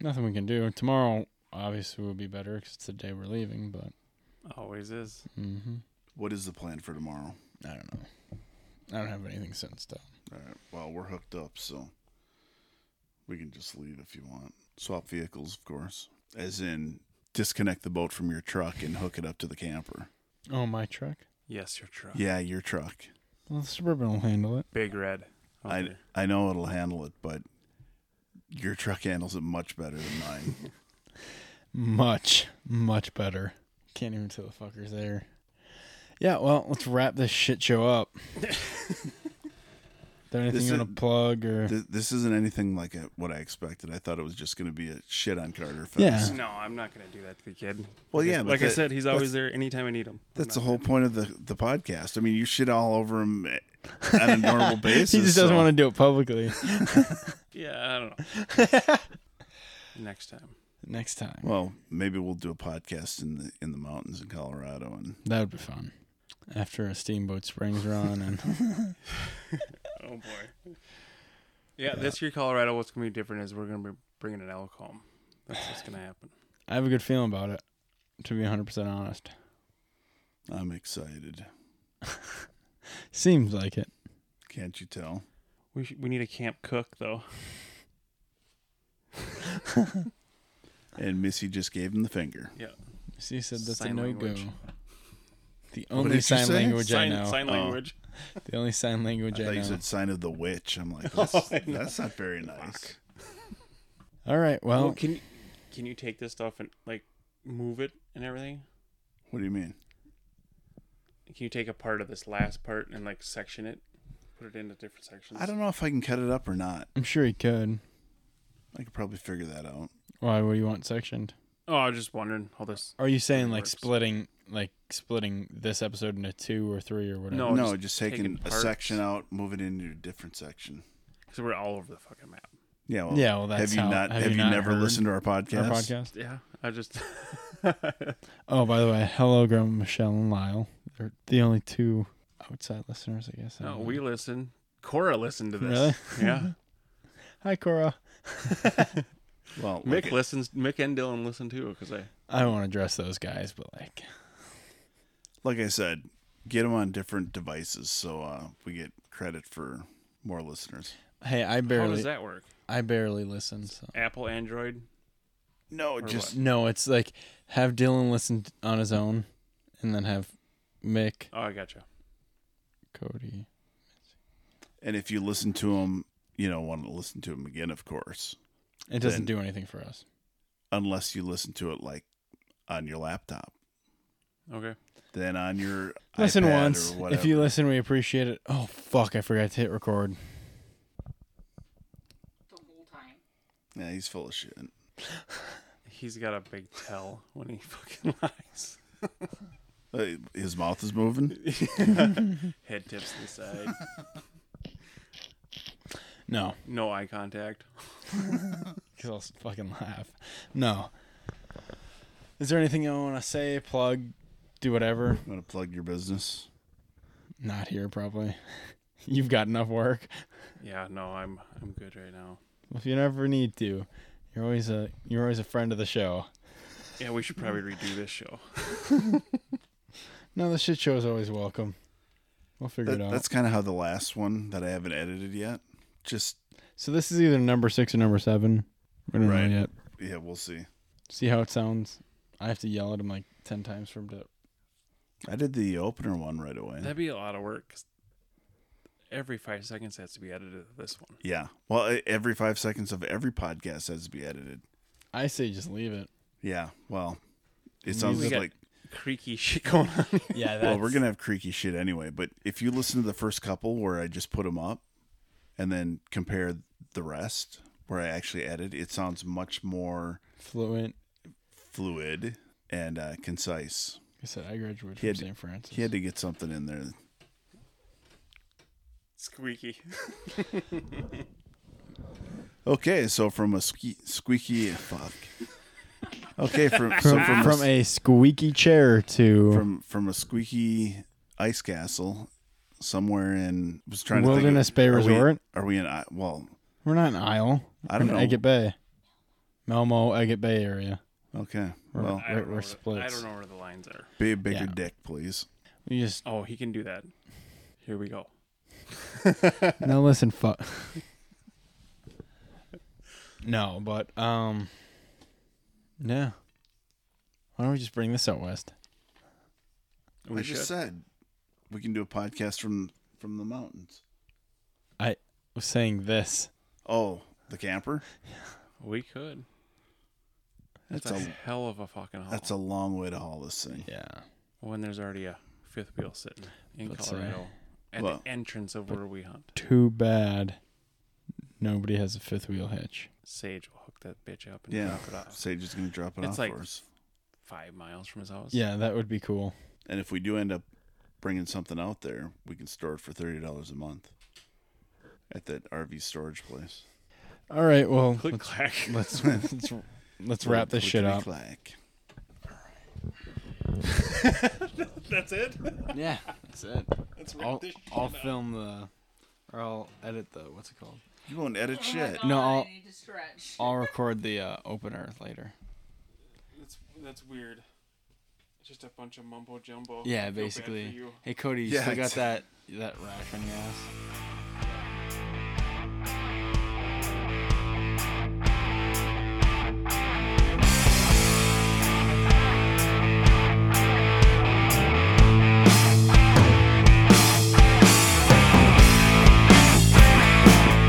Speaker 3: Nothing we can do. Tomorrow, obviously, will be better because it's the day we're leaving. But
Speaker 2: always is.
Speaker 3: hmm
Speaker 1: what is the plan for tomorrow?
Speaker 3: I don't know. I don't have anything since though.
Speaker 1: All right, well, we're hooked up, so we can just leave if you want. Swap vehicles, of course, as in disconnect the boat from your truck and hook it up to the camper.
Speaker 3: Oh, my truck.
Speaker 2: Yes, your truck.
Speaker 1: Yeah, your truck.
Speaker 3: Well, the suburban will handle it.
Speaker 2: Big red. Oh,
Speaker 1: I
Speaker 2: Okay.
Speaker 1: I know it'll handle it, but your truck handles it much better than
Speaker 3: [laughs]
Speaker 1: mine.
Speaker 3: Much, much better. Can't even tell the fuckers there. Yeah, well, let's wrap this shit show
Speaker 1: [laughs]
Speaker 3: up. Is there anything
Speaker 1: This
Speaker 3: you
Speaker 1: is-
Speaker 3: want to plug or?
Speaker 1: Th- this isn't anything like a, what I expected. I thought it was just going to be a shit on Carter fest.
Speaker 3: Yeah.
Speaker 2: No, I'm not going to do that to the kid.
Speaker 1: Well,
Speaker 2: Like I-
Speaker 1: yeah, but
Speaker 2: Like I
Speaker 1: that-
Speaker 2: said, he's always there anytime I need him. I'm
Speaker 1: That's the
Speaker 2: not-
Speaker 1: whole point of the, the podcast. I mean, you shit all over him on a
Speaker 3: [laughs]
Speaker 1: normal basis.
Speaker 3: he just doesn't
Speaker 1: so-
Speaker 3: want to do it publicly.
Speaker 2: Yeah, I don't know.
Speaker 1: [laughs]
Speaker 2: Next time.
Speaker 3: Next time.
Speaker 1: Well, maybe we'll do a podcast in the in the mountains in Colorado, and
Speaker 3: That would be fun. After a steamboat springs run and
Speaker 2: [laughs] Oh boy. Yeah, this year Colorado, what's going to be different is we're going to be bringing an elk home. That's what's going to happen.
Speaker 3: I have a good feeling about it, to be 100% honest.
Speaker 1: I'm excited.
Speaker 3: Seems like it.
Speaker 1: Can't you tell?
Speaker 2: We sh- we need a camp cook though.
Speaker 1: And Missy just gave him the finger.
Speaker 2: Yeah.
Speaker 3: She said that's
Speaker 2: Sign
Speaker 3: a no go.
Speaker 2: language.
Speaker 3: The
Speaker 1: did
Speaker 3: only
Speaker 1: you
Speaker 3: sign
Speaker 1: say?
Speaker 3: language
Speaker 2: sign
Speaker 3: I know.
Speaker 2: sign
Speaker 1: Oh.
Speaker 2: language.
Speaker 3: The only sign language
Speaker 1: I
Speaker 3: I,
Speaker 1: thought you
Speaker 3: know. Oh,
Speaker 1: said sign of the witch. I'm
Speaker 3: [laughs]
Speaker 1: like, that's, that's not very nice.
Speaker 3: All right,
Speaker 2: Oh,
Speaker 3: well,
Speaker 2: can you, can you take this stuff and like move it and everything?
Speaker 1: What do you mean?
Speaker 2: Can you take a part of this last part and like section it, put it into different sections?
Speaker 1: I don't know if I can cut it up or not.
Speaker 3: I'm sure he could.
Speaker 1: I could probably figure that out.
Speaker 3: Why would you want sectioned?
Speaker 2: Oh, I was just wondering how this.
Speaker 3: Are you saying like
Speaker 2: works.
Speaker 3: splitting like splitting this episode into two or three or whatever?
Speaker 2: No. Oh,
Speaker 1: no,
Speaker 2: just
Speaker 1: just, taking
Speaker 2: taking
Speaker 1: a
Speaker 2: parts.
Speaker 1: section out, moving it into a different section.
Speaker 2: Because we're all over the fucking map.
Speaker 1: Yeah, well,
Speaker 3: Yeah, well, that's
Speaker 1: have you
Speaker 3: how-
Speaker 1: not
Speaker 3: have
Speaker 1: have,
Speaker 3: you
Speaker 1: you,
Speaker 3: not
Speaker 1: never
Speaker 3: heard
Speaker 1: listened to our podcast?
Speaker 3: Our podcast.
Speaker 2: Yeah, I [laughs] just.
Speaker 3: Oh, by the way, hello, Grandma Michelle and Lyle. They're the only two outside listeners, I guess. I
Speaker 2: no,
Speaker 3: don't
Speaker 2: we
Speaker 1: [laughs]
Speaker 3: know.
Speaker 2: listen. Cora listened to this. Yeah.
Speaker 3: Hi, Cora.
Speaker 1: Well,
Speaker 2: Mick
Speaker 1: like-
Speaker 2: listens. Mick and Dylan listen too because I
Speaker 3: I don't want to dress those guys, but like,
Speaker 1: like I said, get them on different devices so uh, we get credit for more listeners.
Speaker 3: hey, I
Speaker 2: how does
Speaker 3: barely,
Speaker 2: that work?
Speaker 3: I barely listen. So.
Speaker 2: Apple, Android.
Speaker 1: No, just
Speaker 3: No, it's like have Dylan listen t- on his own, and then have Mick,
Speaker 2: Oh, I gotcha.
Speaker 3: Cody.
Speaker 1: and if you listen to them, you know, want to listen to them again, of course,
Speaker 3: It doesn't
Speaker 1: Then-
Speaker 3: do anything for us.
Speaker 1: unless you listen to it like on your laptop,
Speaker 2: Okay.
Speaker 1: then on your
Speaker 3: Listen
Speaker 1: iPad
Speaker 3: once.
Speaker 1: or whatever.
Speaker 3: If you listen, we appreciate it. Oh fuck! I forgot to hit record.
Speaker 5: the whole time.
Speaker 1: yeah, he's full of shit.
Speaker 2: He's got a big tell when he [laughs] fucking lies.
Speaker 1: Uh, his mouth is
Speaker 2: [laughs]
Speaker 1: moving.
Speaker 2: Head tips to the side.
Speaker 3: No,
Speaker 2: No eye contact.
Speaker 3: because I'll s- fucking laugh. No. Is there anything I want to say? Plug, do whatever.
Speaker 1: I'm gonna plug your business.
Speaker 3: Not here, probably. [laughs] You've got enough work.
Speaker 2: Yeah, no, I'm I'm good right now.
Speaker 3: If you never need to, you're always a you're always a friend of the show.
Speaker 2: Yeah, we should probably redo this show.
Speaker 3: No, the shit show is always welcome. We'll figure
Speaker 1: That-
Speaker 3: it out.
Speaker 1: that's kind of how the last one that I haven't edited yet. Just
Speaker 3: So this is either number six or number seven. We don't
Speaker 1: Right.
Speaker 3: know yet.
Speaker 1: yeah, we'll see.
Speaker 3: See how it sounds. I have to yell at him like ten times for him to.
Speaker 1: I did the opener one right away.
Speaker 2: That'd be a lot of work. 'cause Every five seconds has to be edited. to This one.
Speaker 1: yeah. Well, e- every five seconds of every podcast has to be edited.
Speaker 3: I say just leave it.
Speaker 1: Yeah. Well, it sounds
Speaker 2: We got
Speaker 1: like
Speaker 2: creaky [laughs] shit going on. here.
Speaker 3: Yeah,
Speaker 1: well we're gonna have creaky shit anyway. But if you listen to the first couple where I just put them up, and then compare the rest where I actually edit, it sounds much more
Speaker 3: fluent.
Speaker 1: fluid and uh, concise.
Speaker 3: I said I graduated
Speaker 1: He
Speaker 3: from
Speaker 1: had-
Speaker 3: St. Francis.
Speaker 1: He had to get something in there.
Speaker 2: Squeaky.
Speaker 1: Okay, so from a sque- squeaky fuck. Okay,
Speaker 3: [laughs]
Speaker 1: from so from
Speaker 3: from a squeaky chair to
Speaker 1: from from a squeaky ice castle somewhere in was trying
Speaker 3: Wilderness
Speaker 1: to think
Speaker 3: Bay
Speaker 1: of- are we-
Speaker 3: Resort?
Speaker 1: Are we in? I- Well,
Speaker 3: we're not in Isle.
Speaker 1: I don't
Speaker 3: we're
Speaker 1: know.
Speaker 3: in Agate Bay, Melmo, Agate Bay area.
Speaker 1: okay. Well,
Speaker 2: I don't, know
Speaker 3: we're
Speaker 2: where, I
Speaker 3: splits.
Speaker 2: don't know where the lines are.
Speaker 1: be a bigger
Speaker 3: Yeah.
Speaker 1: dick, please. [laughs]
Speaker 3: You just
Speaker 2: Oh, he can do that. Here we go.
Speaker 3: now listen, fuck. no, but um, yeah. Why don't we just bring this out west?
Speaker 2: We
Speaker 1: I
Speaker 2: should.
Speaker 1: just said we can do a podcast from from the mountains.
Speaker 3: I was saying this.
Speaker 1: Oh, the camper.
Speaker 2: we could.
Speaker 1: That's
Speaker 2: That's a
Speaker 1: a
Speaker 2: hell of a fucking haul.
Speaker 1: that's a long way to haul this thing.
Speaker 3: Yeah.
Speaker 2: when there's already a fifth wheel sitting in
Speaker 3: Let's say-
Speaker 2: Colorado at
Speaker 1: Well-
Speaker 2: the entrance of where we hunt.
Speaker 3: Too bad nobody has a fifth wheel hitch.
Speaker 2: Sage will hook that bitch up and
Speaker 1: Yeah,
Speaker 2: drop it off
Speaker 1: Sage is gonna drop it
Speaker 2: It's
Speaker 1: off
Speaker 2: like-
Speaker 1: for us.
Speaker 2: five miles from his house.
Speaker 3: Yeah, that would be cool.
Speaker 1: And if we do end up bringing something out there, we can store it for thirty dollars a month at that RV storage place.
Speaker 3: All right, well,
Speaker 2: Click clack.
Speaker 3: [laughs] let's let's let's, let's wrap this shit up.
Speaker 1: Clickety-clack.
Speaker 2: [laughs] That's it.
Speaker 3: Yeah, that's it.
Speaker 2: That's
Speaker 3: I'll, I'll film the or I'll edit the what's it [laughs] called?
Speaker 1: You won't edit
Speaker 5: Oh my
Speaker 1: shit.
Speaker 5: God,
Speaker 3: No, I'll-
Speaker 5: I need to stretch.
Speaker 3: I'll record the uh, opener later.
Speaker 2: That's that's weird. It's just a bunch of mumbo jumbo. I feel
Speaker 3: Yeah,
Speaker 2: bad for
Speaker 3: basically.
Speaker 2: you.
Speaker 3: Hey Cody, you
Speaker 1: Yeah,
Speaker 3: still got
Speaker 1: it's-
Speaker 3: that that rash on your ass?